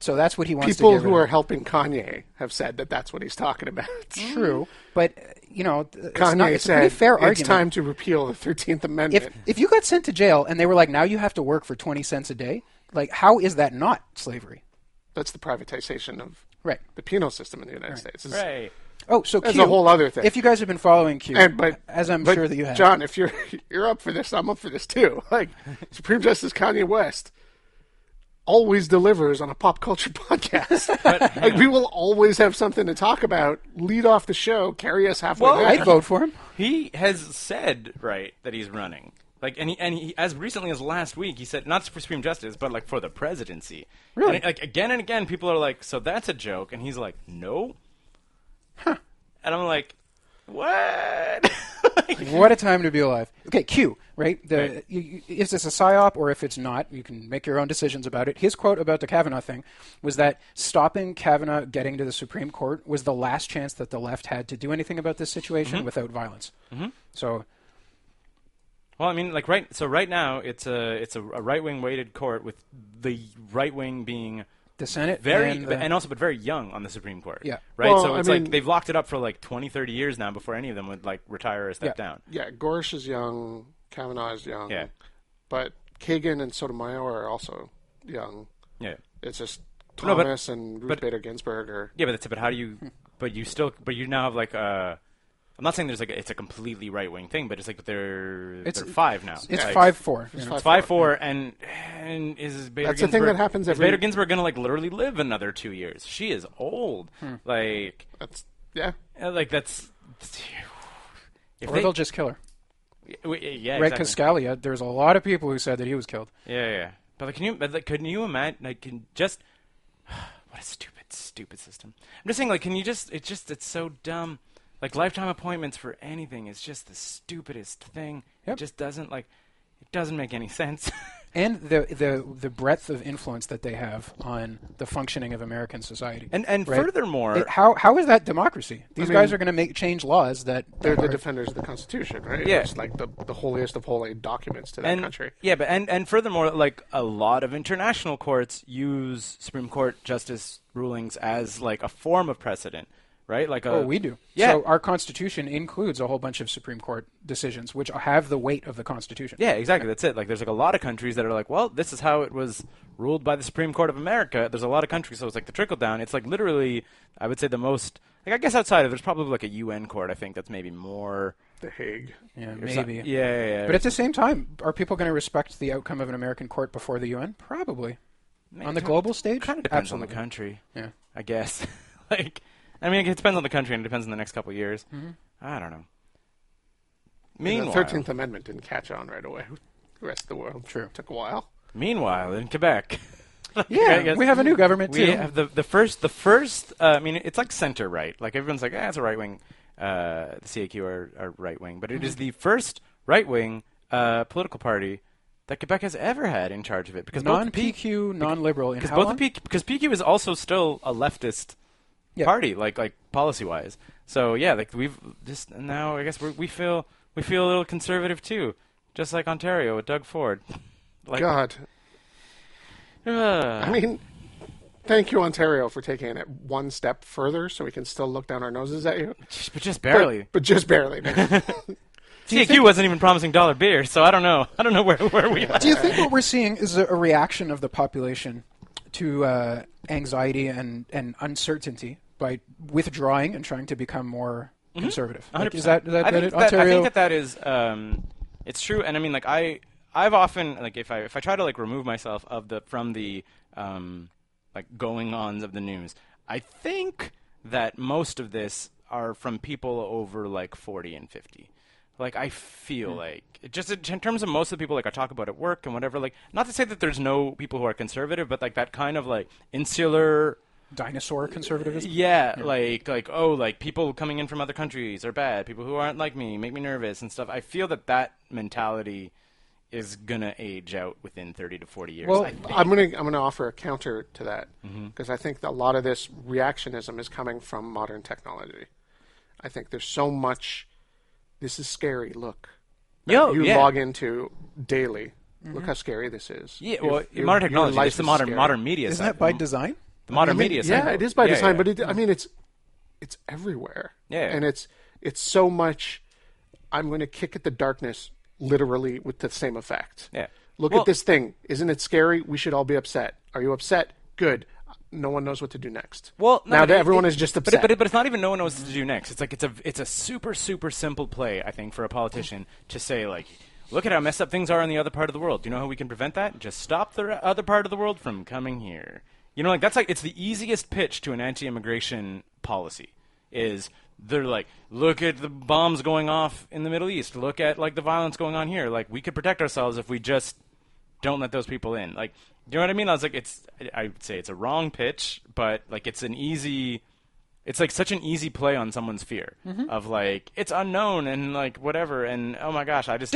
So that's what he wants to Mm-hmm. People get who rid are of. helping Kanye have said that that's what he's talking about. true, but uh, you know, th- it's Kanye not, it's a said Mm. pretty fair it's argument. time to repeal the Thirteenth Amendment. if if you got sent to jail and they were like, now you have to work for twenty cents a day, like how is that not slavery? That's the privatization of Right. the penal system in the United States. It's- hey Oh, so That's Q, a whole other thing. If you guys have been following Q, And but as I'm but, sure that you have, John, if you're you're up for this, I'm up for this too. Like Supreme Justice Kanye West always delivers on a pop culture podcast. like we will always have something to talk about. Lead off the show, carry us halfway. Well, there. I'd vote for him. He has said right that he's running. Like and he, and he, as recently as last week, he said not for Supreme Justice, but like for the presidency. Really? And, like again and again, people are like, "So that's a joke," and he's like, "No." And I'm like, "What?" Like, What a time to be alive. Okay, Q, right? The, Right. You, you, is this a psyop or if it's not, you can make your own decisions about it. His quote about the Kavanaugh thing was that stopping Kavanaugh getting to the Supreme Court was the last chance that the left had to do anything about this situation without violence. Mm-hmm. So, well, I mean, like right. So right now, it's a it's a, a right wing weighted court with the right wing being The Senate very and and, the- also but very young on the Supreme Court. Yeah. Right. Well, so I it's mean- like they've locked it up for like 20, 30 years now before any of them would like retire or step Yeah. down. Yeah, Gorsuch is young, Kavanaugh is young. Yeah. But Kagan and Sotomayor are also young. Yeah. It's just No, but- Thomas and Ruth but- Bader Ginsburg are Yeah, but that's but how do you? But you still, but you now have like uh i I'm not saying there's like a, it's a completely right wing thing, but it's like they're It's- they're five now. it's Like, 5 4. It's five four, and and is Bader That's the Ginsburg, thing that happens every- Is Bader Ginsburg gonna like literally live another two years? She is old. Like that's yeah. uh, like that's. If Or they- they'll just kill her. w- yeah, exactly. Right, because Scalia, there's a lot of people who said that he was killed. Yeah, yeah. But like, can you? But like, can you imagine? Like, can just what a stupid, stupid system. I'm just saying, like, can you just? It's just, it's so dumb. Like, lifetime appointments for anything is just the stupidest thing. Yep. It just doesn't like, it doesn't make any sense. And the, the, the breadth of influence that they have on the functioning of American society. and and Right. furthermore, It- how how is that democracy? These mean- guys are going to make change laws that They're the are- defenders of the Constitution, right? Yeah. It's like the, the holiest of holy documents to that and country. yeah, but and and furthermore, like a lot of international courts use Supreme Court justice rulings as like a form of precedent, right? Like, a, oh we do. Yeah. So our constitution includes a whole bunch of Supreme Court decisions which have the weight of the constitution. Yeah, exactly. That's it. Like, there's like a lot of countries that are like, well, this is how it was ruled by the Supreme Court of America. There's a lot of countries, so it's like the trickle down. It's like literally, I would say the most. Like, I guess outside of there's probably like a UN court. I think that's maybe more. The Hague. Yeah, or some- maybe. Yeah, yeah, yeah. But at the same time, are people going to respect the outcome of an American court before the UN? Probably. on the global stage, kind of depends absolutely. on the country. Yeah. I Mm-hmm. guess. like, I mean, it depends on the country and it depends on the next couple of years. I don't know. The Meanwhile, Thirteenth Amendment didn't catch on right away. The rest of the world True. took a while. meanwhile in Quebec, Like, I Yeah, guess- we have a new government we too. have the the first the first. Uh, I mean, it's like center right. Like everyone's like, ah, it's a right wing. Uh, the CAQ are, are right wing, but it is Mm-hmm. the first right wing uh, political party that Quebec has ever had in charge of it. Because both the P- non-PQ, non-liberal. In because how both long? the PQ, because PQ is also still a leftist Yeah. party, like like policy wise. So yeah, like we've just and now I guess we we feel we feel a little conservative too, just like Ontario with Doug Ford. Like, God, ugh. I mean, thank you Ontario for taking it one step further, so we can still look down our noses at you. but just barely. but, but just barely. man. TQ wasn't even promising dollar beer, so I don't know. I don't know where, where we are. Do you think what we're seeing is a, a reaction of the population to uh, anxiety and, and uncertainty by withdrawing and trying to become more Mm-hmm. conservative? Like, is that, is that, I that think it? that, I Ontario? think that that is um, it's true, and I mean like I I've often like if I if I try to like remove myself of the from the um, like going ons of the news, I think that most of this are from people over like forty and fifty. Like I feel Hmm. like it just in in terms of most of the people like I talk about at work and whatever. Like not to say that there's no people who are conservative, but like that kind of like insular Dinosaur conservatism? yeah, like like oh, like people coming in from other countries are bad. People who aren't like me make me nervous and stuff. I feel that that mentality is gonna age out within thirty to forty years. Well, I think. I'm gonna I'm gonna offer a counter to that Mm-hmm. because I think that a lot of this reactionism is coming from modern technology. I think there's so much. This is scary. Look, that Yo, you yeah. Mm-hmm. log into daily. Look how scary this is. yeah, Your- well, your- modern your technology, life it's the is modern scary. modern media. Isn't side. that by design? The modern I mean, media. yeah, side. it is by Yeah, design, yeah. but it, I mean, it's it's everywhere. Yeah. and it's it's so much. I'm going to kick at the darkness literally with the same effect. Yeah. Look Well- at this thing. Isn't it scary? We should all be upset. Are you upset? Good. No one knows what to do next. Well, no, now but that it- everyone it- is just but it- upset. But, it, but it's not even no one knows what to do next. It's like it's a it's a super super simple play I think for a politician to say like, look at how messed up things are in the other part of the world. Do you know how we can prevent that? Just stop the re- other part of the world from coming here. You know, like that's like it's the easiest pitch to an anti-immigration policy is they're like, look at the bombs going off in the Middle East. Look at like the violence going on here. Like we could protect ourselves if we just don't let those people in. Like, you know what I mean? I was like, it's, I- I would say it's a wrong pitch, but like, it's an easy, it's like such an easy play on someone's fear of like, it's unknown and like whatever. And oh my gosh, I just,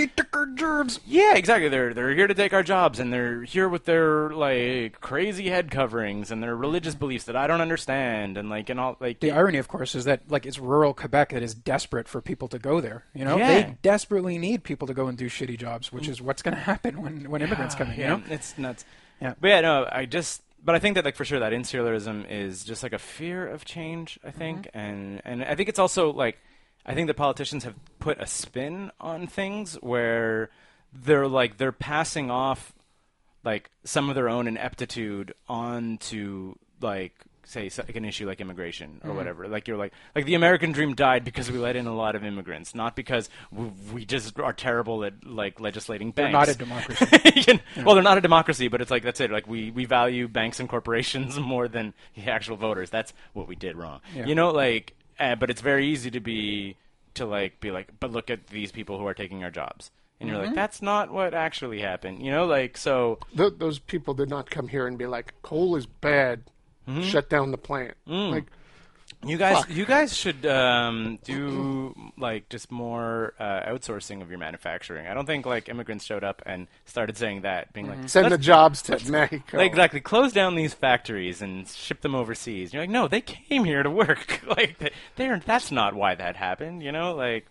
yeah, exactly. They're they're here to take our jobs, and they're here with their like crazy head coverings and their religious beliefs that I don't understand, and like and all like The irony, of course, is that like it's rural Quebec that is desperate for people to go there. You know, Yeah. Mm. they desperately need people to go and do shitty jobs, which is what's going to happen when, when immigrants come in. Yeah, You know, it's nuts. Yeah. But yeah, no, I just but I think that like for sure that insularism is just like a fear of change, Mm-hmm. I think. And and I think it's also like I think that politicians have put a spin on things where they're like they're passing off like some of their own ineptitude onto like say s- like an issue like immigration Mm-hmm. or whatever like you're like like the american dream died because we let in a lot of immigrants not because we, we just are terrible at like legislating We're banks not a democracy. You know, Well, they're not a democracy, but it's like that's it. Like we, we value banks and corporations more than the actual voters. That's what we did wrong. Yeah. You know, like, uh, but it's very easy to be to like be like, but look at these people who are taking our jobs, and you're like, that's not what actually happened. You know, like so. Th- those people did not come here and be like, "Coal is bad. Mm-hmm. Shut down the plant." Mm. Like, You guys, you guys should um, do like just more uh, outsourcing of your manufacturing. I don't think like immigrants showed up and started saying that, being like, send the "Let's jobs to Mexico. Like, exactly. Close down these factories and ship them overseas. You're like, no, they came here to work. like, they- they're that's not why that happened. You know, like,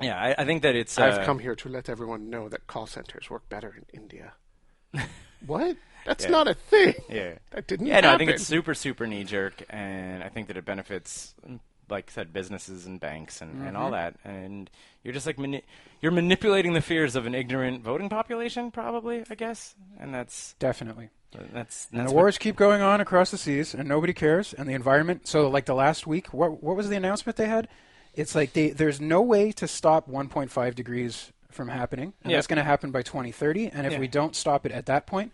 yeah, I, I think that it's. Uh, I've come here to let everyone know that call centers work better in India. what? That's not a thing. Yeah, That didn't Yeah, no, I think happen. it's super, super knee jerk, and I think that it benefits, mm, like I said, businesses and banks and, and all that. And you're just like mani- you're manipulating the fears of an ignorant voting population, probably. I guess, and that's definitely. that's that's And the what- wars keep going on across the seas, and nobody cares. And the environment. So, like the last week, what what was the announcement they had? It's like they, there's no way to stop 1.5 degrees from happening, and Yeah. that's going to happen by 2030. And if Yeah. we don't stop Mm-hmm. it at that point,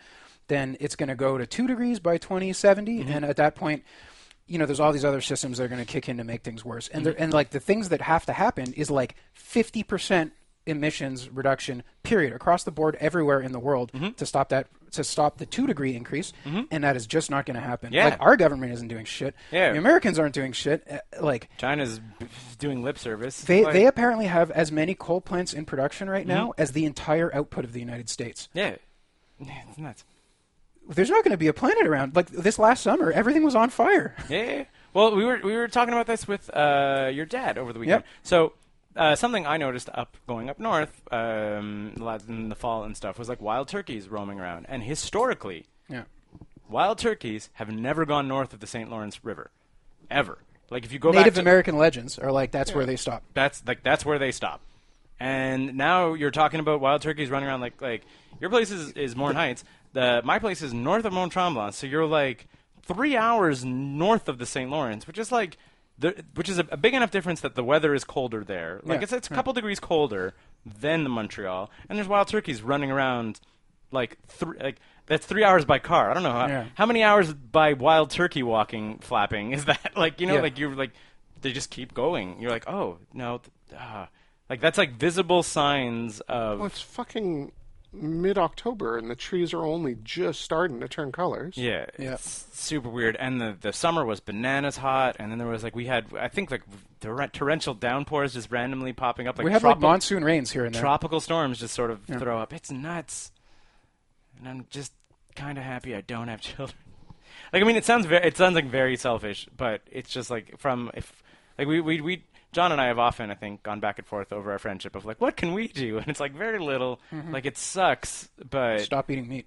then it's going to go to two degrees by 2070, and at that point, you know, there's all these other systems that are going to kick in to make things worse. Mm-hmm. And there, and like the things that have to happen is like 50% emissions reduction period across the board everywhere in the world Mm-hmm. to stop that to stop the 2 degree increase and that is just not going to happen. Yeah. Like our government isn't doing shit. Yeah. The Americans aren't doing shit. Uh, Like China's b- doing lip service. they, Like, they apparently have as many coal plants in production right Mm-hmm. now as the entire output of the United States. yeah, yeah, it's nuts. There's not going to be a planet around. Like this last summer, everything was on fire. Yeah. Well, we were we were talking about this with uh, your dad over the weekend. Yep. So uh, something I noticed up going up north um, a lot in the fall and stuff was like wild turkeys roaming around, and historically, Yeah. wild turkeys have never gone north of the St. Lawrence River, ever. Like if you go back Native to, American legends are like that's where they stop. that's like that's where they stop. And now you're talking about wild turkeys running around like like your place is is Morn Heights. The my place is north of Mont Tremblant, so you're like three hours north of the St. Lawrence, which is like the, which is a, a big enough difference that the weather is colder there. Like Yeah, it's it's a couple degrees colder than the Montreal, and there's wild turkeys running around like three like that's three hours by car. I don't know how, Yeah. how many hours by wild turkey walking flapping is that. Like you know Yeah. like you're like they just keep going. You're like, oh no, th- ah. like that's like visible signs of Well, it's fucking mid October and the trees are only just starting to turn colors. yeah, Yeah. it's super weird. And the the summer was bananas hot, and then there was like we had I think like torren- torrential downpours just randomly popping up. Like we have tropical, like monsoon rains here and there. tropical storms just sort of throw up. It's nuts, and I'm just kind of happy I don't have children. Like I mean, it sounds very, it sounds like very selfish, but it's just like from if like we we we John and I have often I think gone back and forth over our friendship of like what can we do, and it's like very little. Like it sucks, but Mm-hmm. Stop eating meat.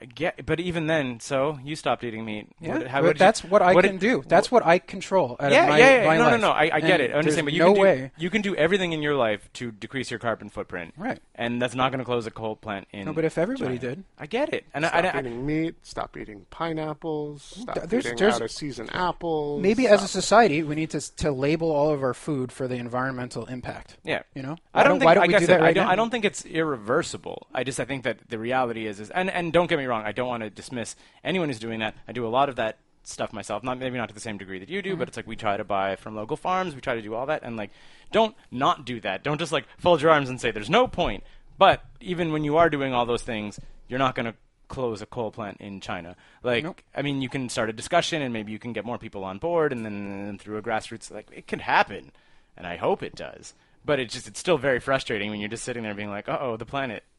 I get, but even then, so you stopped eating meat. Yeah, What- how- but what did you- that's what I did- can do. That's what I control. Out yeah, of my, yeah, yeah. my no, life. no, no. I, I get And it. I understand, there's but you no can do, way. you can do everything in your life to decrease your carbon footprint. Right. And that's not going to close a coal plant in. No, but if everybody China. did. I get it. And I, Stop I, I, eating meat. Stop eating pineapples. Stop Th- there's- eating there's- out of season apples. Maybe as a stop- society, we need to to label all of our food for the environmental impact. yeah. You know, I don't, think, why don't like we I do said, that right I don't, now? I don't think it's irreversible. I just I think that the reality is is and and don't get me wrong. I don't want to dismiss anyone who's doing that. I do a lot of that stuff myself. Not maybe not to the same degree that you Mm-hmm. do, but it's like we try to buy from local farms. We try to do all that and like don't not do that. Don't just like fold your arms and say there's no point. But even when you are doing all those things, you're not going to close a coal plant in China. Like Nope. I mean, you can start a discussion and maybe you can get more people on board and then and through a grassroots like it could happen and I hope it does. But it's just it's still very frustrating when you're just sitting there being like, "Uh "Oh, the planet."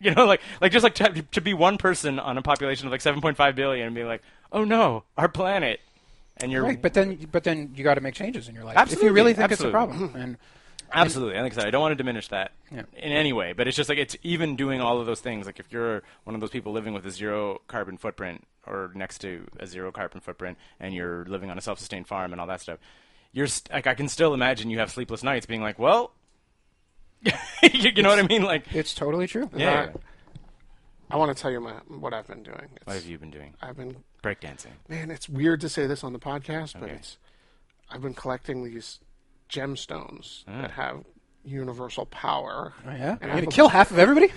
You know, like like just like to, to be one person on a population of like 7.5 billion and be like, "Oh no, our planet." And you're Right, but then but then you got to make changes in your life if Absolutely, you really think absolutely. it's a problem. And Absolutely, and like I said, I don't want to diminish that Yeah. in any way, but it's just like it's even doing all of those things. Like if you're one of those people living with a zero carbon footprint or next to a zero carbon footprint, and you're living on a self-sustained farm and all that stuff, you're st- like I can still imagine you have sleepless nights being like, well, you, you know what I mean? Like, it's totally true. yeah. Uh, I want to tell you my, what I've been doing. It's, What have you been doing? I've been Breakdancing. man. It's weird to say this on the podcast, but Okay. it's I've been collecting these gemstones Ah. that have universal power. Oh, yeah, And you're I have gonna a- kill half of everybody.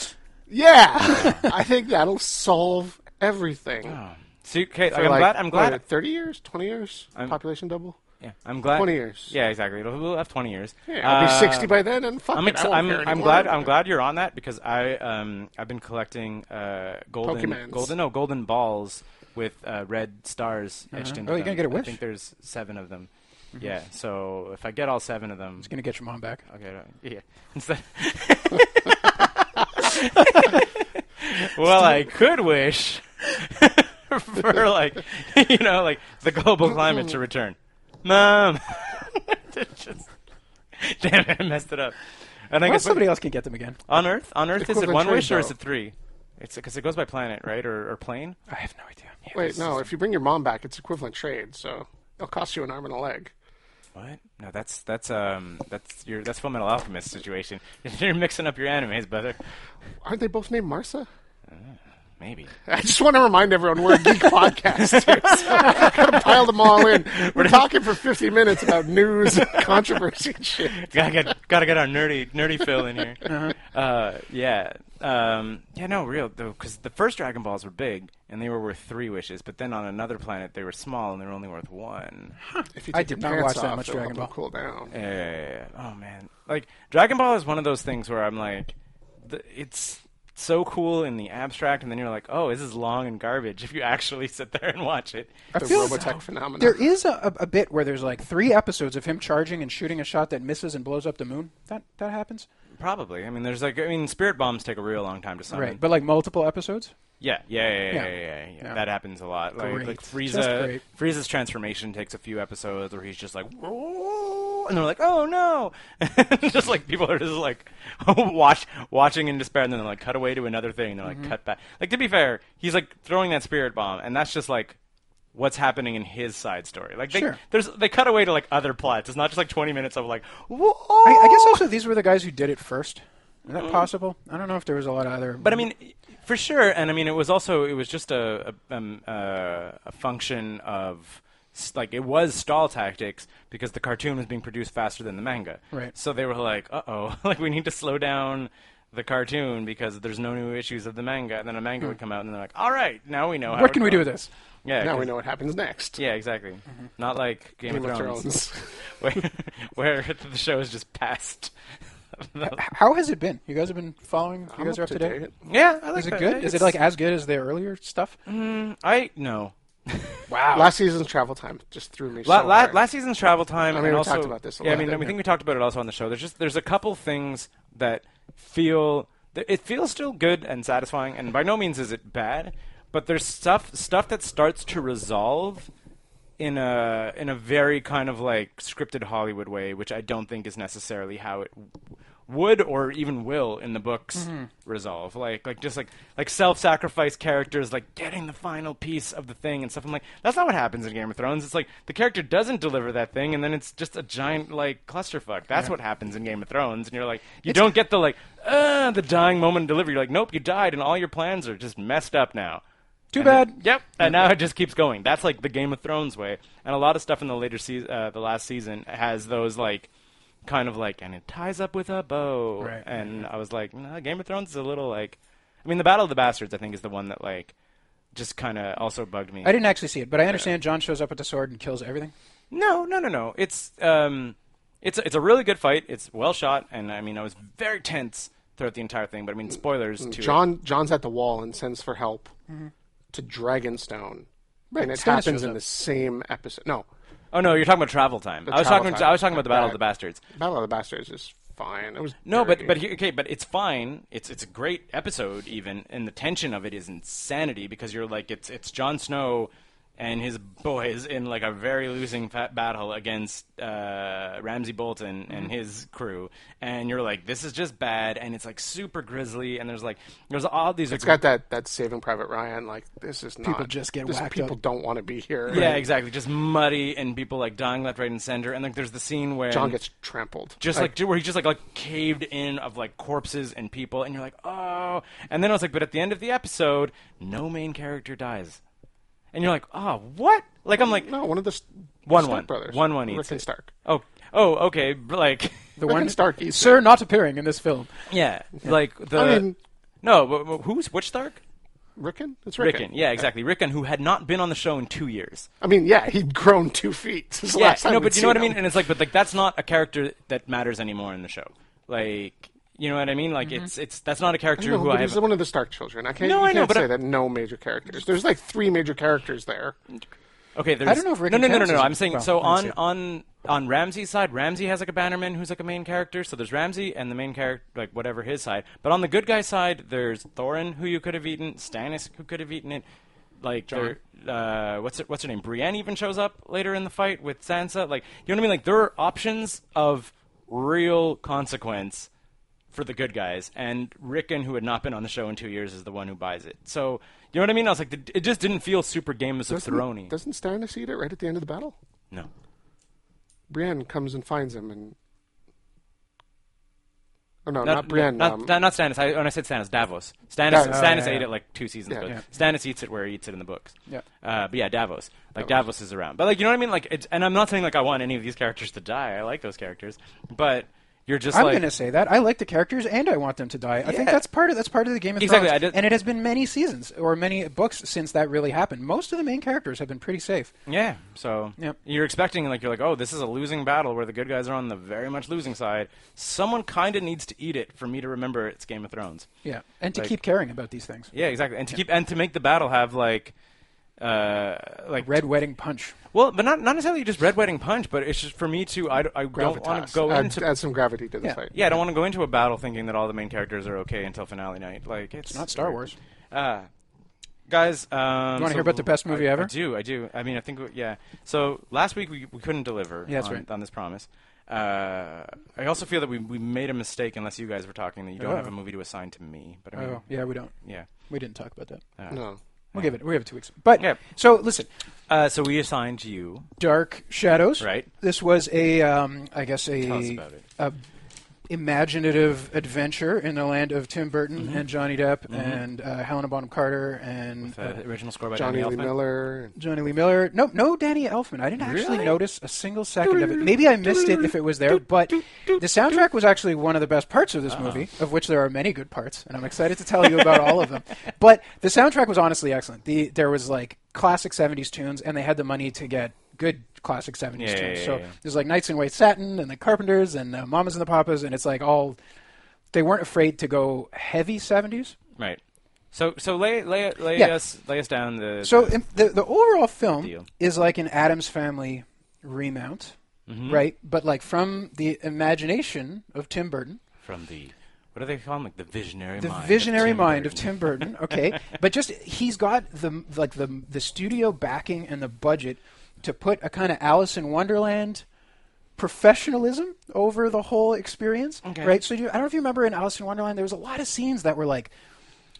Yeah, I think that'll solve everything. Oh. So, you- okay, For I'm like, glad. I'm what, glad. Thirty years, twenty years, I'm- population double. yeah, I'm glad. 20 years. Yeah, exactly. It'll, we'll have 20 years. Yeah, I'll be Uh, sixty by then, and fuck I'm, it, I ex- won't I'm, care I'm anymore. glad I'm glad you're on that because I um I've been collecting uh golden Pokemons. golden no golden balls with uh, red stars Uh-huh. etched into Oh, them. you're gonna get a I wish? think there's seven of them. Mm-hmm. Yeah, so if I get all seven of them, It's gonna get your mom back. okay, I don't- yeah. Instead, well, I could wish for like you know like the global climate to return, mom. Just- damn it, I messed it up. And I Well, guess what- somebody else can get them again. on Earth, on Earth, is it Equivalent one trade, wish or is though. it three? It's because it goes by planet, right, or, or plane? I have no idea. Wait, no. If you bring your mom back, it's equivalent trade, so it'll cost you an arm and a leg. What? No, that's that's um that's your that's Full Metal Alchemist situation. You're mixing up your animes, brother. Aren't they both named Marsa? Maybe I just want to remind everyone we're a geek podcast. Here, so gotta pile them all in. We're talking for fifty minutes about news, and controversy, and shit. gotta get gotta get our nerdy nerdy fill in here. uh yeah, Um, yeah, no, real though, because the first Dragon Balls were big and they were worth three wishes, but then on another planet they were small and they were only worth one. If you I take your did not pants watch that off, much it'll Dragon help Ball. them Cool down. Yeah, yeah, yeah. Oh man, like Dragon Ball is one of those things where I'm like, the, it's so cool in the abstract, and then you're like, oh, this is long and garbage. If you actually sit there and watch it, I The feel Robotech phenomenon. there is a, a bit where there's like three episodes of him charging and shooting a shot that misses and blows up the moon. That that happens, probably. I mean, there's like, I mean, spirit bombs take a real long time to summon. right? But like multiple episodes. Yeah, yeah, yeah, yeah, Yeah. yeah. yeah, yeah. Yeah. That happens a lot. Like, Great. like Just Frieza, great. Frieza's transformation takes a few episodes where he's just like, "Whoa," and they're like, "Oh no!" just like people are just like watch, watching in despair, and then they're like cut away to another thing, and they're like Mm-hmm. cut back. Like to be fair, he's like throwing that spirit bomb, and that's just like what's happening in his side story. Like they, Sure. there's they cut away to like other plots. It's not just like 20 minutes of like, "Whoa." I, I guess also these were the guys who did it first. Is that possible? I don't know if there was a lot of other. But I mean, for sure. And I mean, it was also it was just a a, um, uh, a function of s- like it was stall tactics because the cartoon was being produced faster than the manga. Right. So they were like, uh oh, like we need to slow down the cartoon because there's no new issues of the manga. And then a manga would come out, and they're like, all right, now we know. how Hmm. what can we do going." with Mm-hmm. this? Yeah. now we 'cause- know what happens next. Yeah, exactly. Not like Game, Game of of Thrones, Thrones. where, where the show is just passed. Uh, How has it been? You guys have been following. You I'm guys are Oh. up to date. yeah, I like Is it that. good? Is it It's- like as good as the earlier stuff? I no. Wow. Last season's travel time just threw me. La- so la- hard. last season's travel time. I mean, and we also- talked about this a yeah, lot, I mean, we didn't think we? we talked about it also on the show. There's just there's a couple things that feel th- it feels still good and satisfying, and by no means is it bad, but there's stuff stuff that starts to resolve in a in a very kind of like scripted Hollywood way, which I don't think is necessarily how it w- would or even will in the books resolve. Like like just like like self sacrifice characters like getting the final piece of the thing and stuff. I'm like that's not what happens in Game of Thrones. It's like the character doesn't deliver that thing and then it's just a giant like clusterfuck. That's what happens in Game of Thrones and you're like you don't get the like uh, the dying moment of delivery. You're like nope, you died and all your plans are just messed up now. Too And bad. it- yep. And now it just keeps going. That's like the Game of Thrones way. And a lot of stuff in the later season, uh, the last season, has those like kind of like, and it ties up with a bow. Right. Mm-hmm. And I was like, nah, Game of Thrones is a little like, I mean, the Battle of the Bastards, I think, is the one that like just kind of also bugged me. I didn't actually see it, but I understand John shows up with the sword and kills everything. No, no, no, no. It's um, it's it's a really good fight. It's well shot, and I mean, I was very tense throughout the entire thing. But I mean, spoilers to it. Mm, John John's at the wall and sends for help to Dragonstone, and it Stannis happens shows in up. the same episode. No, Oh no, you're talking about travel time. I was travel talking. time. I was talking about the Battle of Right. the Bastards. Battle of the Bastards is fine. It was No, but dirty. but he- okay, but it's fine. It's it's a great episode even, and the tension of it is insanity because you're like it's it's Jon Snow and his boys in like a very losing fat battle against uh, Ramsey Bolton and Mm-hmm. his crew, and you're like this is just bad, and it's like super grisly, and there's like there's all these it's got that that Saving Private Ryan. Like this is not People just get this- whacked People up. don't want to be here. yeah exactly just muddy and people like dying left right and center, and like there's the scene where John gets trampled. just like, where he just like like caved in of like corpses and people, and you're like, oh. And then I was like, but at the end of the episode, no main character dies, and you're like, oh, what? Like I'm like no, one of the s- one Stark one brothers, one one Rick eats and it. Stark. Oh oh okay but, like The Rick one and Stark eats Sir, it. not appearing in this film. yeah like the I mean- no but, but who's which Stark? Rickon. It's Rickon, Rickon. yeah, exactly. Rickon, who had not been on the show in two years. I mean, yeah, he'd grown two feet since the yeah, last time. no, we'd but you know what I seen mean. him. And it's like, but like that's not a character that matters anymore in the show. Like, you know what I mean? Like, it's it's that's not a character No, who but Mm-hmm. I he's have. one of the Stark children. I can't, No, you I know, can't but say I- that no major characters. There's like three major characters there. Okay, there's, don't know if Rick no, and no, no, no, Terrence no, is- I'm saying well, so I on see. on on Ramsey's side, Ramsey has like a bannerman who's like a main character. So there's Ramsey and the main character, like whatever his side. But on the good guy side, there's Thorin who you could have eaten, Stannis who could have eaten it. Like there, uh, what's her, what's her name? Brienne even shows up later in the fight with Sansa. Like you know what I mean? Like there are options of real consequence for the good guys, and Rickon, who had not been on the show in two years, is the one who buys it. So you know what I mean? I was like, it just didn't feel super Game of Thrones. Doesn't Stannis eat it right at the end of the battle? No. Brienne comes and finds him, and oh no, No, not Brienne. Not, um, not, not Stannis. I, when I said Stannis, Davos. Stannis, Davos. Stannis Oh, yeah, ate yeah. it like two seasons Yeah. ago. Yeah. Stannis eats it where he eats it in the books. Yeah. Uh, but yeah, Davos. Like Davos. is around. But like you know what I mean? Like, it's, and I'm not saying like I want any of these characters to die. I like those characters, but You're just I'm like going to say that I like the characters and I want them to die. I think Yeah. that's part of that's part of the Game of Exactly, Thrones, I did- and it has been many seasons or many books since that really happened. Most of the main characters have been pretty safe. Yeah. So Yep. you're expecting like you're like, oh, this is a losing battle where the good guys are on the very much losing side. Someone kind of needs to eat it for me to remember it's Game of Thrones. Yeah, and to Like- keep caring about these things. Yeah, exactly. And to keep and to make the battle have like, uh, like Red wedding punch. Well, but not not necessarily just red wedding punch, but it's just for me to I, I don't want Gravitas. to go Uh, add, into add some gravity to the Yeah. fight. yeah I don't want to go into a battle thinking that all the main characters are okay until finale night. Like it's, Not Star Wars. Uh, guys, um, You wanna hear about the best movie I- ever? I do, I do. I mean, I think we- yeah. So last week we, we couldn't deliver Yeah, that's on, right. on this promise. Uh, I also feel that we we made a mistake unless you guys were talking that you don't Oh. have a movie to assign to me. But I mean, Oh, yeah, we don't. yeah. Uh, We didn't talk about that. No. We'll give it. We have it two weeks. But Yeah. so listen, Uh, so we assigned you. Dark Shadows. Right. This was a, um, I guess a, Tell us about it. a imaginative adventure in the land of Tim Burton and Johnny Depp and uh, Helena Bonham Carter and Mm-hmm. With, uh, the original score by Johnny Danny Lee Elfman. Miller. Johnny Lee Miller. No, no Danny Elfman. I didn't actually Really? notice a single second of it. Maybe I missed it if it was there, but the soundtrack was actually one of the best parts of this movie, of which there are many good parts, and I'm excited to tell you about all of them. But the soundtrack was honestly excellent. The there was like classic 70s tunes and they had the money to get good classic 70s Yeah, tunes. yeah, so yeah. there's like Knights in White Satin and the Carpenters and uh, Mamas and the Papas and it's like all they weren't afraid to go heavy 70s. Right. So so lay lay lay Yeah. us lay us down the So the- in, the the overall film Deal. is like an Adams Family remount, right? But like from the imagination of Tim Burton, from the what do they call them like the visionary the mind visionary of Tim mind Burton. of Tim Burton. Okay, but just he's got the like the the studio backing and the budget to put a kind of Alice in Wonderland professionalism over the whole experience, Okay. right? So you, I don't know if you remember in Alice in Wonderland, there was a lot of scenes that were like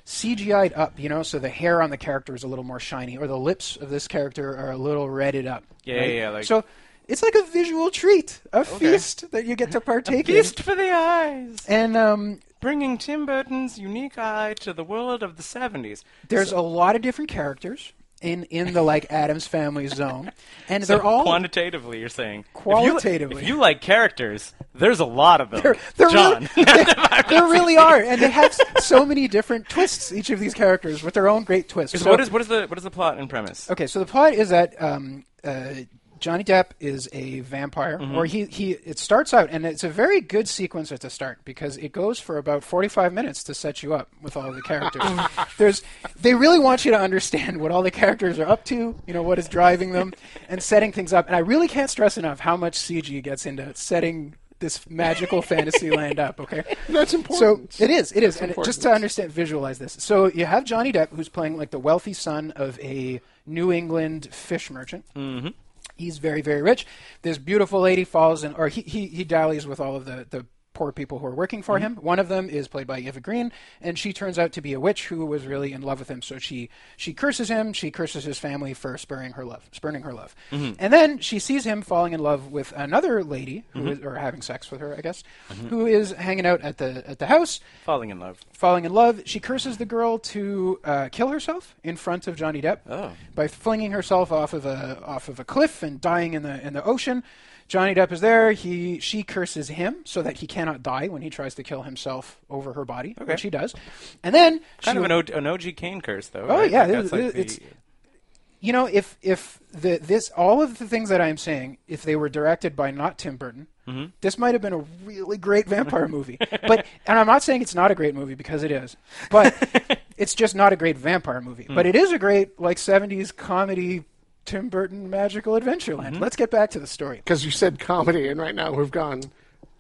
CGI'd up, you know, so the hair on the character is a little more shiny, or the lips of this character are a little redded up. Yeah, right? yeah, yeah, like- so it's like a visual treat, a feast that you get to partake in. Feast for the eyes, And um, bringing Tim Burton's unique eye to the world of the seventies. there's a lot of different characters in in the like Adams Family zone, and they're all quantitatively. You're saying If you- Qualitatively. If you, like characters, there's a lot of them. They're, they're John, Really, they, there really are, and they have so many different twists. Each of these characters with their own great twists. so So- what is what is the what is the plot and premise? Okay, so the plot is that um, uh, Johnny Depp is a vampire, or he, he it starts out, and it's a very good sequence at the start because it goes for about forty five minutes to set you up with all the characters. There's they really want you to understand what all the characters are up to, you know what is driving them, and setting things up. And I really can't stress enough how much CG gets into setting this magical fantasy land up. Okay, That's important. so it is, it is, and it- just to important. understand, visualize this. So you have Johnny Depp, who's playing like the wealthy son of a New England fish merchant. Mm-hmm. He's very, very rich. This beautiful lady falls in, or he he, he dallies with all of the the poor people who are working for him. One of them is played by Eva Green, and she turns out to be a witch who was really in love with him. So she she curses him. She curses his family for spurring her love, spurning her love. And then she sees him falling in love with another lady who is, or having sex with her, I guess, who is hanging out at the at the house Falling in love. falling in love. She curses the girl to uh, kill herself in front of Johnny Depp Oh. by flinging herself off of a off of a cliff and dying in the in the ocean. Johnny Depp is there. He she curses him so that he cannot die when he tries to kill himself over her body, which he does. And then Kind she of an, o- an OG Kane curse, though. Oh, right? yeah, Like, it- that's like it- the- it's- you know, if if the this all of the things that I am saying, if they were directed by not Tim Burton, this might have been a really great vampire movie. But and I'm not saying it's not a great movie because it is, but it's just not a great vampire movie. But it is a great like '70s comedy. Tim Burton magical adventureland. Let's get back to the story. Because you said comedy, and right now we've gone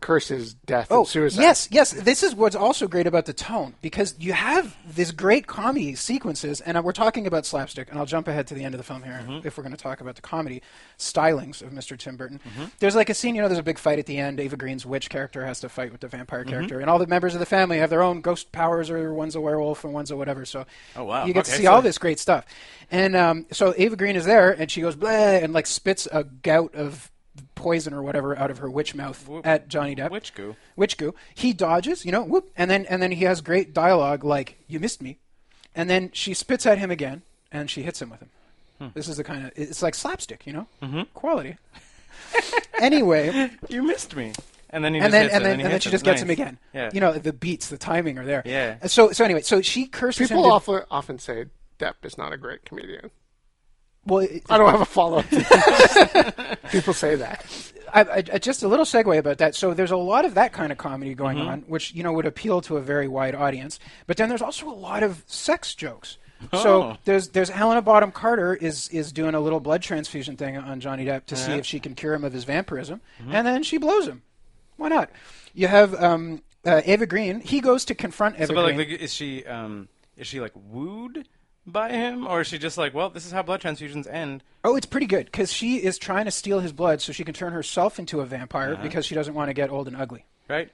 curses, death, Oh, and suicide. Oh, Yes, yes. This is what's also great about the tone because you have this great comedy sequences, and uh, we're talking about slapstick. And I'll jump ahead to the end of the film here Mm-hmm. if we're going to talk about the comedy stylings of Mr. Tim Burton. Mm-hmm. There's like a scene, you know, there's a big fight at the end. Ava Green's witch character has to fight with the Mm-hmm. vampire character, and all the members of the family have their own ghost powers, or one's a werewolf and one's a whatever. So Oh, wow. you get to Okay, see so- all this great stuff. And um, so Ava Green is there, and she goes bleh, and like spits a gout of poison or whatever out of her witch mouth at Johnny Depp. Witch goo. Witch goo. He dodges, you know, whoop, and then and then he has great dialogue like "You missed me," and then she spits at him again, and she hits him with him. Hmm. This is the kind of it's like slapstick, you know, mm-hmm. quality. anyway, you missed me. and then he and just then hits and him, then he and then hits she him. just gets him Nice. again. Yeah. You know the beats, the timing are there. Yeah. Uh, So so anyway, so she curses People him. to- often often say Depp is not a great comedian. well, it- I don't have a follow up. to that. People say that. I, I, I- just a little segue about that. So there's a lot of that kind of comedy going Mm-hmm. on, which you know would appeal to a very wide audience. But then there's also a lot of sex jokes. So Oh. there's there's Helena Bottom Carter is is doing a little blood transfusion thing on Johnny Depp to see if she can cure him of his vampirism, Mm-hmm. and then she blows him. Why not? You have um, uh, Ava Green. He goes to confront Ava So, but Green. like, like, is she um, is she like wooed by him, or is she just like, well, this is how blood transfusions end? Oh, it's pretty good because she is trying to steal his blood so she can turn herself into a vampire Uh-huh. because she doesn't want to get old and ugly. Right.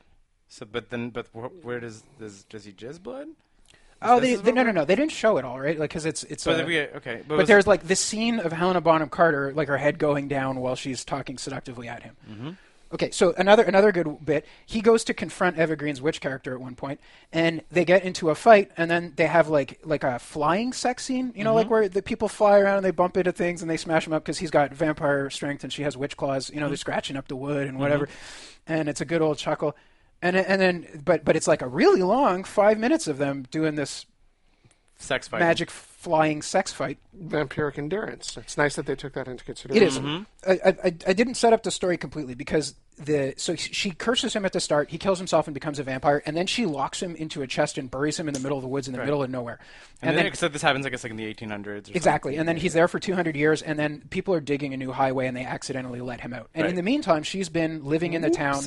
So, but then, but wh- where does does does he jizz blood? Oh, this they, is they, what no, no, we're- no. They didn't show it all, right? Like, because it's it's. But uh, then we okay. But, but was- there's like this scene of Helena Bonham Carter, like her head going down while she's talking seductively at him. Mm-hmm. Okay, so another another good bit. He goes to confront Eva Green's witch character at one point, and they get into a fight, and then they have like like a flying sex scene, you know, Mm-hmm. like where the people fly around and they bump into things and they smash them up because he's got vampire strength and she has witch claws. You know, they're Mm-hmm. scratching up the wood and whatever, and it's a good old chuckle. And and then but but it's like a really long five minutes of them doing this sex fight. magic flying sex fight. Vampiric endurance. It's nice that they took that into It consideration. is. Mm-hmm. I, I, I- I didn't set up the story completely because the so she curses him at the start. He kills himself and becomes a vampire, and then she locks him into a chest and buries him in the middle of the woods in the middle of nowhere. And, then, so this happens, I guess, like in the 1800s. Or exactly, and then he's there for 200 years, and then people are digging a new highway, and they accidentally let him out. And in Right. the meantime, she's been living in the town,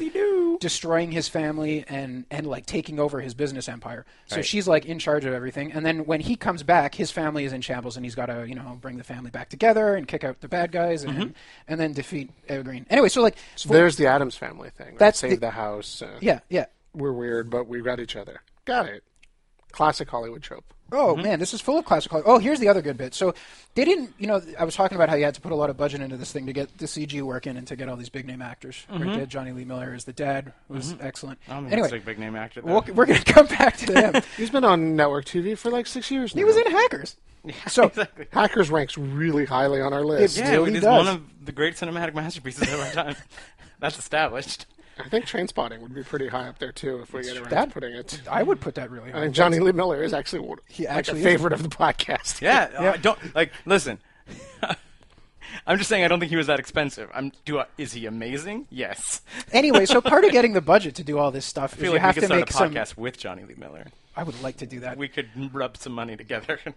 destroying his family and and like taking over his business empire. So she's like in charge of everything. And then when he comes back, his family is in shambles, and he's got to you know bring the family back together and kick out the bad guys, and and then defeat Eva Green. Anyway, so like for- There's the Adams family thing. Right? That's Save the- the, house. Uh, yeah, yeah. We're weird, but we got each other. Got it. Classic Hollywood trope. Oh Mm-hmm. man, this is full of classic horror. Oh, here's the other good bit. So they didn't, you know, I was talking about how you had to put a lot of budget into this thing to get the CG working and to get all these big name actors. Mm-hmm. Right there, Johnny Lee Miller is the dad, was excellent. something. I don't think anyway, that's like big name actor. though. we'll, we're going to come back to him. He's been on network TV for like six years now. he was in Hackers. So exactly. Hackers ranks really highly on our list. Yeah, Still it he is does. one of the great cinematic masterpieces of our time. That's established. I think Trainspotting would be pretty high up there too if we get around That- to putting it. I would put that really I high. think Johnny Lee Miller is actually one- He like actually a is. favorite of the podcast. Yeah, uh, don't like listen. I'm just saying I don't think he was that expensive. I'm do I, is he amazing? Yes. Anyway, so part of getting the budget to do all this stuff I is feel you like have we to could make start a some. podcast with Johnny Lee Miller. I would like to do that. We could rub some money together.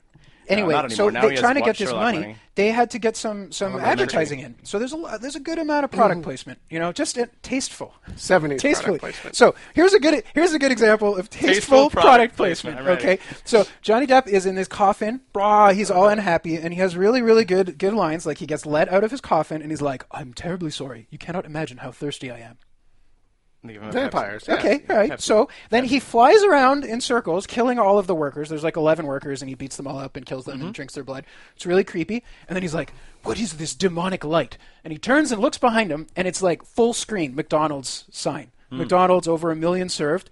No, anyway, not so anymore. Now he they're has trying to Wa- get this Sherlock money, They had to get some some advertising in. So there's a lo- there's a good amount of product placement. You know, just uh, tasteful. 70s tastefully. product placement. So here's a good here's a good example of tasteful, product product, placement. placement, I'm ready. Okay, so Johnny Depp is in this coffin. Brah, he's all unhappy, and he has really really good good lines. Like he gets let out of his coffin, and he's like, "I'm terribly sorry. You cannot imagine how thirsty I am." Leave him a Vampires. Pepsi. yeah. Okay, all right. So then he flies around in circles, killing all of the workers. There's like 11 workers, and he beats them all up and kills them and drinks their blood. It's really creepy. And then he's like, What is this demonic light? And he turns and looks behind him, and it's like full screen McDonald's sign. McDonald's over a million served.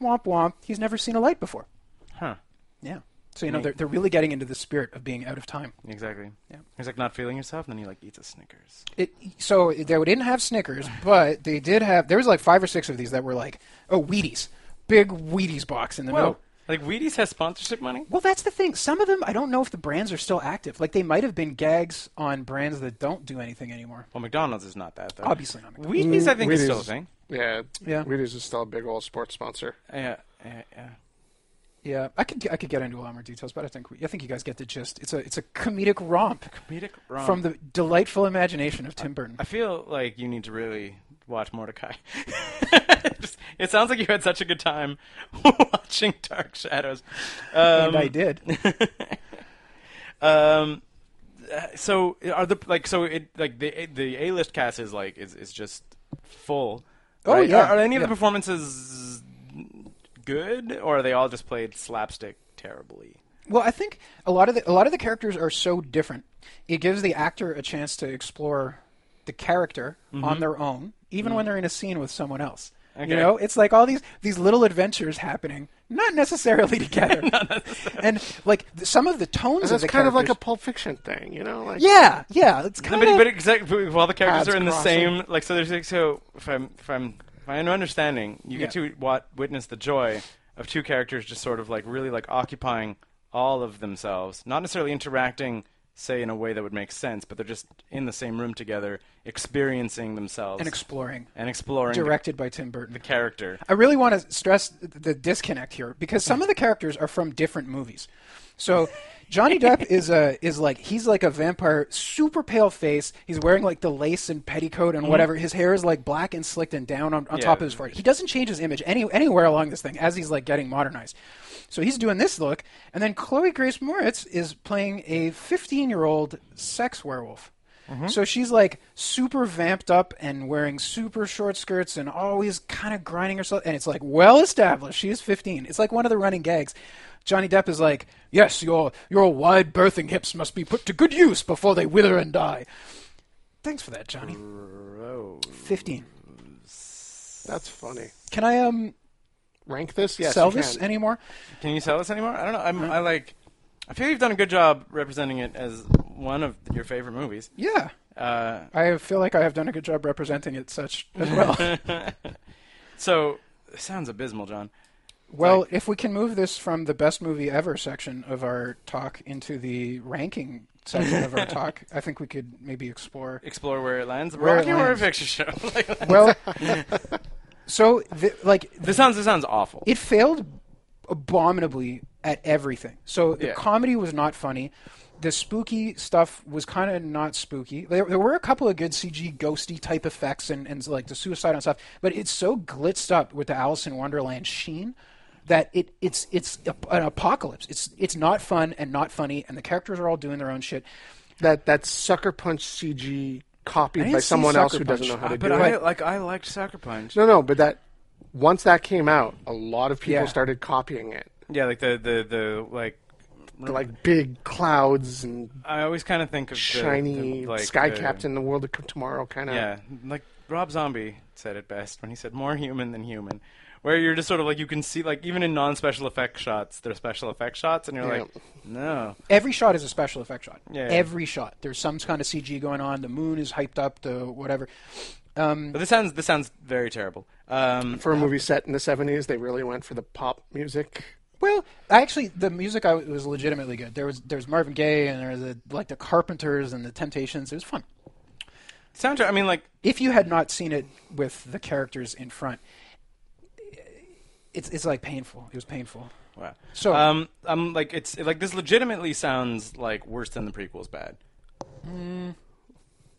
Womp womp. He's never seen a light before. Huh. Yeah. So, you know, they're, they're really getting into the spirit of being out of time. Exactly. Yeah. He's like not feeling himself, and then he like eats a Snickers. It, so they didn't have Snickers, but they did have, there was like five or six of these that were like, oh, Wheaties. Big Wheaties box in the middle. Like Wheaties has sponsorship money. Well, that's the thing. Some of them, I don't know if the brands are still active. Like they might have been gags on brands that don't do anything anymore. Well, McDonald's is not that though. Obviously not McDonald's. Wheaties, I think, is Wheaties. still a thing. Yeah. Yeah. Wheaties is still a big old sports sponsor. Yeah, yeah, yeah. Yeah, I could I could get into a lot more details, but I think we, I think you guys get the gist. It's a it's a comedic romp Comedic romp. from the delightful imagination of Tim Burton. I feel like you need to really watch Mordecai. Just- it sounds like you had such a good time watching Dark Shadows. Um, and I did. Um, uh, so are the like so it like the the A list cast is like is is just full. Oh, right? yeah, Are, are any of yeah. the performances good, or are they all just played slapstick terribly? Well, I think a lot of the, a lot of the characters are so different. It gives the actor a chance to explore the character on their own, even when they're in a scene with someone else. You Okay. know, it's like all these these little adventures happening, not necessarily together. And like th- some of the tones of That's the kind of like a characters- Pulp Fiction thing, you know? Like, yeah, yeah. It's kind But, of but exactly, while the characters Paths are in the crossing. same, like so, there's like so. If I'm if I'm my own understanding, you get Yeah. to wat- witness the joy of two characters just sort of like really like occupying all of themselves, not necessarily interacting, say, in a way that would make sense, but they're just in the same room together, experiencing themselves and exploring, and exploring the- directed by Tim Burton. the character. I really want to stress th- the disconnect here because some of the characters are from different movies. So Johnny Depp is a is like he's like a vampire, super pale face. He's wearing like the lace and petticoat and whatever. His hair is like black and slicked and down on, on Yeah. top of his forehead. He doesn't change his image any anywhere along this thing as he's like getting modernized. So he's doing this look, and then Chloe Grace Moritz is playing a 15 year old sex werewolf. So she's like super vamped up and wearing super short skirts and always kind of grinding herself. And it's like well established. She is 15. It's like one of the running gags. Johnny Depp is like, "Yes, your your wide birthing hips must be put to good use before they wither and die." Thanks for that, Johnny. 15. That's funny. Can I um Rank this? Yes. sell you this can. anymore? Can you sell us anymore? I don't know. I'm, I like. I feel you've done a good job representing it as one of your favorite movies. Yeah. Uh, I feel like I have done a good job representing it such as well. so it sounds abysmal, John. well, if we can move this from the best movie ever section of our talk into the ranking section of our talk, I think we could maybe explore. Explore where it lands. Where it Rocky Horror lands. Picture Show. like, Well, so the, like this sounds. This sounds awful. it failed abominably at everything. So the Yeah. comedy was not funny. The spooky stuff was kind of not spooky. There, there were a couple of good CG ghosty type effects and, and like the suicide and stuff, but it's so glitzed up with the Alice in Wonderland sheen that it it's it's a, an apocalypse. It's it's not fun and not funny, and the characters are all doing their own shit. That that sucker punch CG copied didn't by see someone else Sucker who Punch. doesn't know how to but do I it. like. I liked Sucker Punch. No, no, but that once that came out, a lot of people Yeah. started copying it. Yeah, like the the the like. The, like big clouds and I always kind of think of the- shiny the, like, sky the- captain, the world of tomorrow kind of. Yeah, like Rob Zombie said it best when he said more human than human, where you're just sort of like you can see like even in non-special effect shots, they're special effect shots, and you're Yeah. like, no, Every shot is a special effect shot. Yeah. Every shot. There's some kind of CG going on. The moon is hyped up. The whatever. Mm. Um, But this sounds this sounds very terrible. Um, For a movie set in the '70s, they really went for the pop music. Well, actually, the music I was legitimately good. There was there was Marvin Gaye and there was the, like the Carpenters and the Temptations. It was fun. soundtrack. I mean, like If you had not seen it with the characters in front, it's it's like painful. It was painful. wow. So- um, I'm like it's like this legitimately sounds like worse than the prequels bad. Mm.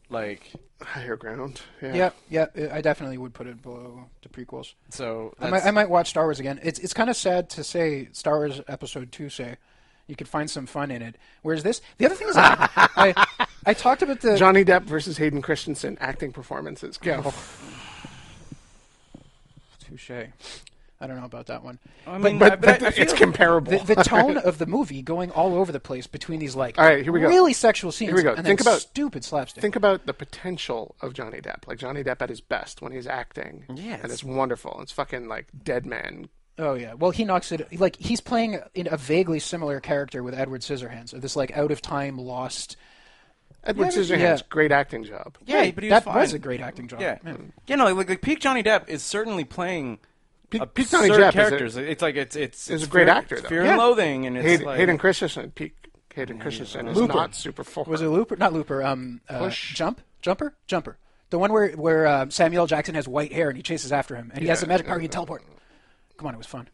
Like Higher ground. Yeah. Yeah, yeah. I- I definitely would put it below the prequels. so. I that's- might, I might watch Star Wars again. It's it's kind of sad to say Star Wars Episode Two. Say you could find some fun in it. Whereas this, the other thing is, I I, I talked about the Johnny Depp versus Hayden Christensen acting performances. Go. touche. I don't know about that one. I But, mean, I- but, but but I- I it's feel- comparable. the, the tone of the movie going all over the place between these like All right, here we go. really sexual scenes we go. and Think then about- stupid slapstick. Think about the potential of Johnny Depp. Like Johnny Depp at his best when he's acting. Yes. And it's wonderful. It's fucking like Dead Man. oh yeah, well he knocks it like he's playing in a vaguely similar character with Edward Scissorhands, of this like out of time lost. Edward Yeah, but- Scissorhands, yeah. great acting job. yeah, but he was that fine. was a great acting job. Yeah, you know, like, like peak Johnny Depp is certainly playing. Pe- absurd peak Johnny Depp is a- Uh, characters. it's like it's it's is it's a great fear, actor, it's though. Fear Yeah. and loathing, and it's Hayden, like Hayden Christensen, peak Hayden Christensen is not super full. Was it Looper? Not Looper. Um, uh, Push. jump, jumper, jumper. The one where where um, Samuel L. Jackson has white hair and he chases after him and he has the magic power he can teleport. Come on, it was fun.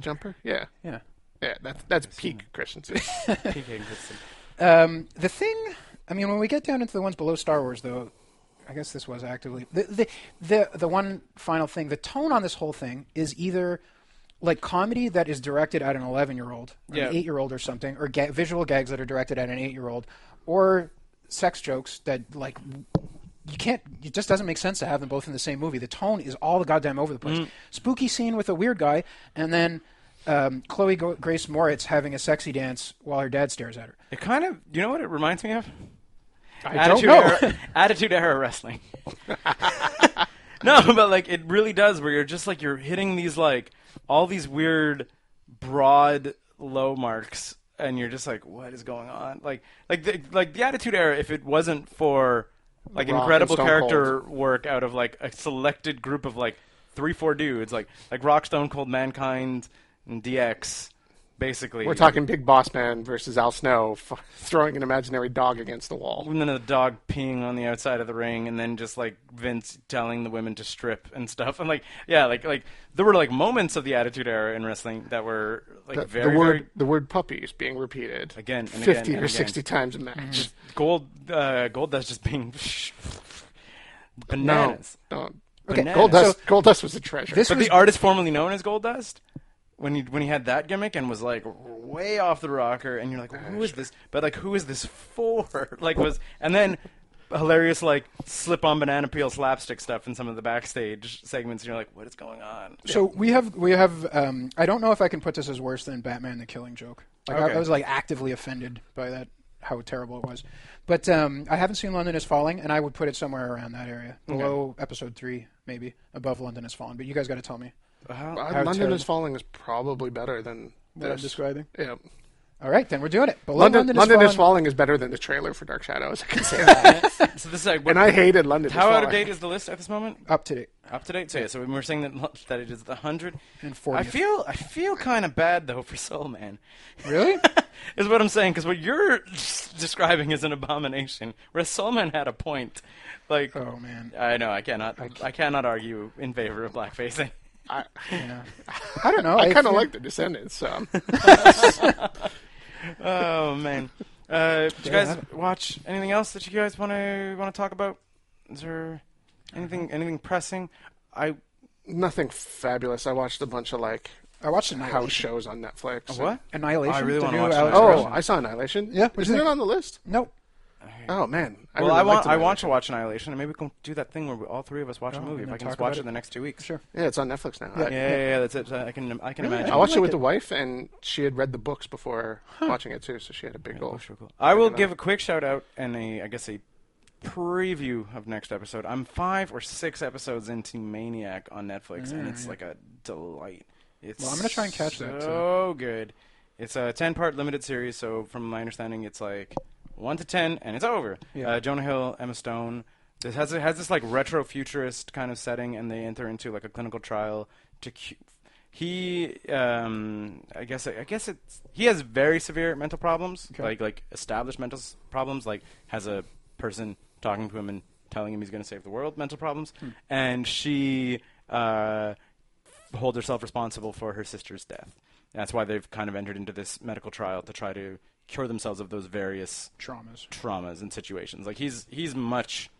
Jumper? Yeah. Yeah. Yeah, that's that's peak Christensen. peak Hayden Christensen. Um, the thing, I mean, when we get down into the ones below Star Wars, though, I guess this was actively the the the, the one final thing. The tone on this whole thing is either like comedy that is directed at an eleven-year-old, or Yeah. an eight-year-old, or something, or ga- visual gags that are directed at an eight-year-old, or sex jokes that like you can't. It just doesn't make sense to have them both in the same movie. The tone is all the goddamn over the place. Mm-hmm. Spooky scene with a weird guy, and then. Um, Chloe Go- Grace Moritz having a sexy dance while her dad stares at her. It kind of you know what it reminds me of? I don't know. Era, attitude era wrestling. no, but like it really does where you're just like you're hitting these like all these weird broad low marks and you're just like what is going on? Like like the, like the attitude era if it wasn't for like Rock and incredible Stone character work out of like a selected group of like three, four dudes, like like Rock, Stone Cold, Mankind, and DX, basically. We're talking Big Boss Man versus Al Snow f- throwing an imaginary dog against the wall. And then the dog peeing on the outside of the ring, and then just like Vince telling the women to strip and stuff. And like, yeah, like like there were like moments of the Attitude Era in wrestling that were like The, very, the word very the word puppy is being repeated Again and again 50 or and again. 60 times a match. gold. Uh, gold that's just being bananas. No, don't. Okay, Bananas. Gold dust. Gold dust was a treasure. This But was the artist formerly known as Gold Dust, when he when he had that gimmick and was like way off the rocker, and you're like, who is this? But like, who is this for? Like was and then hilarious like slip on banana peel slapstick stuff in some of the backstage segments, and you're like, what is going on? So we have we have. Um, I don't know if I can put this as worse than Batman: The Killing Joke. Like I, Okay. I was like actively offended by that how terrible it was. But um, I haven't seen London is Falling, and I would put it somewhere around that area, below episode three, maybe above London is Falling. But you guys got to tell me Uh, how London terrible. is falling is probably better than what I'm this. describing. yeah. All right, then we're doing it. Below London, London, is, Falling. falling is better than the trailer for Dark Shadows. I can say that. So this is like, what, and I hated London. is how out of Falling. date is the list at this moment? Up to date. Up to date, so yeah. So we were saying that that it is the hundred And I 40th. feel I feel kind of bad though for Soul Man. Really? is what I'm saying because what you're describing is an abomination. Whereas Solman had a point. Like, Oh, man. I know I cannot I, cannot argue in favor of blackfacing. I, Yeah. I don't know. I kind of feel- like the Descendants. So. Oh man, uh, did you There you guys have watch anything else that you guys want to want to talk about? Is there anything anything pressing? I nothing fabulous. I watched a bunch of like I watched house Annihilation. shows on Netflix. what? Annihilation. I really the wanna new watch Alex Annihilation. Oh, Ross- I saw Annihilation. Yeah, what'd you isn't think? it on the list? nope. Oh man, I Well, really I liked want I want Annihilation. to watch Annihilation, and maybe we can do that thing where we, all three of us watch a Oh, movie. and If then I can talk just watch about it it. in the next two weeks. Sure. Yeah, it's on Netflix now. I, Yeah, yeah, yeah, that's it. So I can I can imagine. I watched liked it with it. the wife, and she had read the books before watching it too, so she had a big goal. I will give a quick shout out and a, I guess a preview of next episode. I'm five or six episodes into Maniac on Netflix, and it's like a delight. It's Well, I'm gonna try and catch so that, So good. It's a ten part limited series, so from my understanding, it's like one to ten, and it's over. Yeah. Uh, Jonah Hill, Emma Stone. This has it has this like retro futurist kind of setting, and they enter into like a clinical trial to. Cu- he, um, I guess, I guess it's he has very severe mental problems, like like established mental s- problems, like has a person talking to him and telling him he's going to save the world, mental problems, and she uh, hold herself responsible for her sister's death. That's why they've kind of entered into this medical trial to try to cure themselves of those various Traumas. traumas and situations. Like he's he's much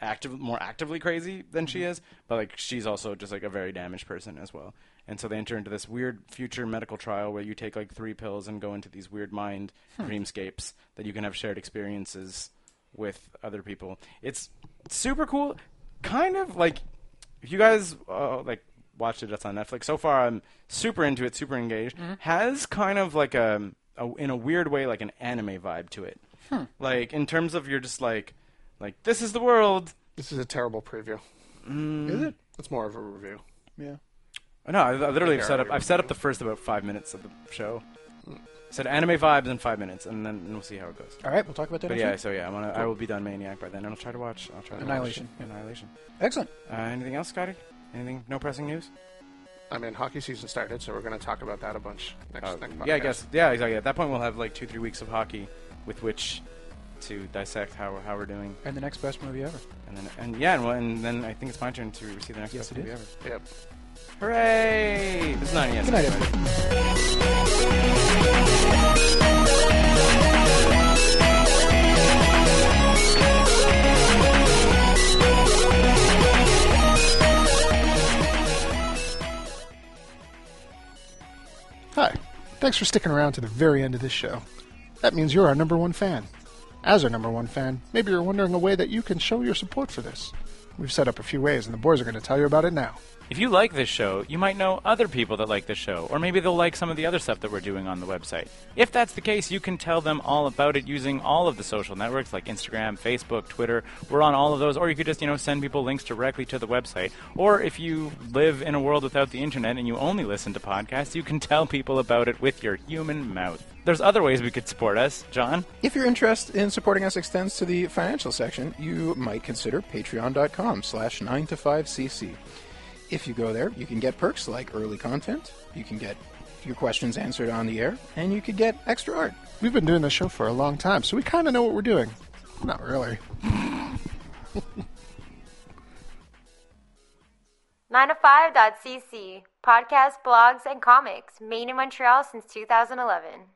active, more actively crazy than she is, but like she's also just like a very damaged person as well. And so they enter into this weird future medical trial where you take like three pills and go into these weird mind dreamscapes that you can have shared experiences with other people. It's super cool, kind of like if you guys uh, like watched it, that's on Netflix. So far, I'm super into it, super engaged. Has kind of like a, a in a weird way like an anime vibe to it. Like in terms of you're just like like this is the world. This is a terrible preview. Mm-hmm. Is it? It's more of a review. Yeah. No, I, I literally Yeah, set up. you're- I've set up the first about five minutes of the show. Said anime vibes in five minutes, and then we'll see how it goes. All right, we'll talk about that. But next yeah, week. so yeah, I'm gonna, I will be done Maniac by then, and I'll try to watch. I'll try to watch Annihilation. Annihilation. Excellent. Uh, anything else, Scotty? Anything? No pressing news. I mean, hockey season started, so we're going to talk about that a bunch next. Uh, next yeah, I podcast. guess. Yeah, exactly. At that point, we'll have like two, three weeks of hockey with which to dissect how we're, how we're doing, And the next best movie ever. and then and yeah, and, well, and then I think it's my turn to receive the next Yes, best it movie is. ever. Yep. Hooray! It's not yet. Good night, everybody. Hi. Thanks for sticking around to the very end of this show. That means you're our number one fan. As our number one fan, maybe you're wondering a way that you can show your support for this. We've set up a few ways, and the boys are going to tell you about it now. If you like this show, you might know other people that like this show, or maybe they'll like some of the other stuff that we're doing on the website. If that's the case, you can tell them all about it using all of the social networks like Instagram, Facebook, Twitter. We're on all of those, or you could just, you know, send people links directly to the website. Or if you live in a world without the internet and you only listen to podcasts, you can tell people about it with your human mouth. There's other ways we could support us, John. If your interest in supporting us extends to the financial section, you might consider patreon.com slash 9to5cc. If you go there, you can get perks like early content, you can get your questions answered on the air, and you could get extra art. We've been doing this show for a long time, so we kind of know what we're doing. Not really. Nine to five.cc podcast blogs and comics, made in Montreal since 2011.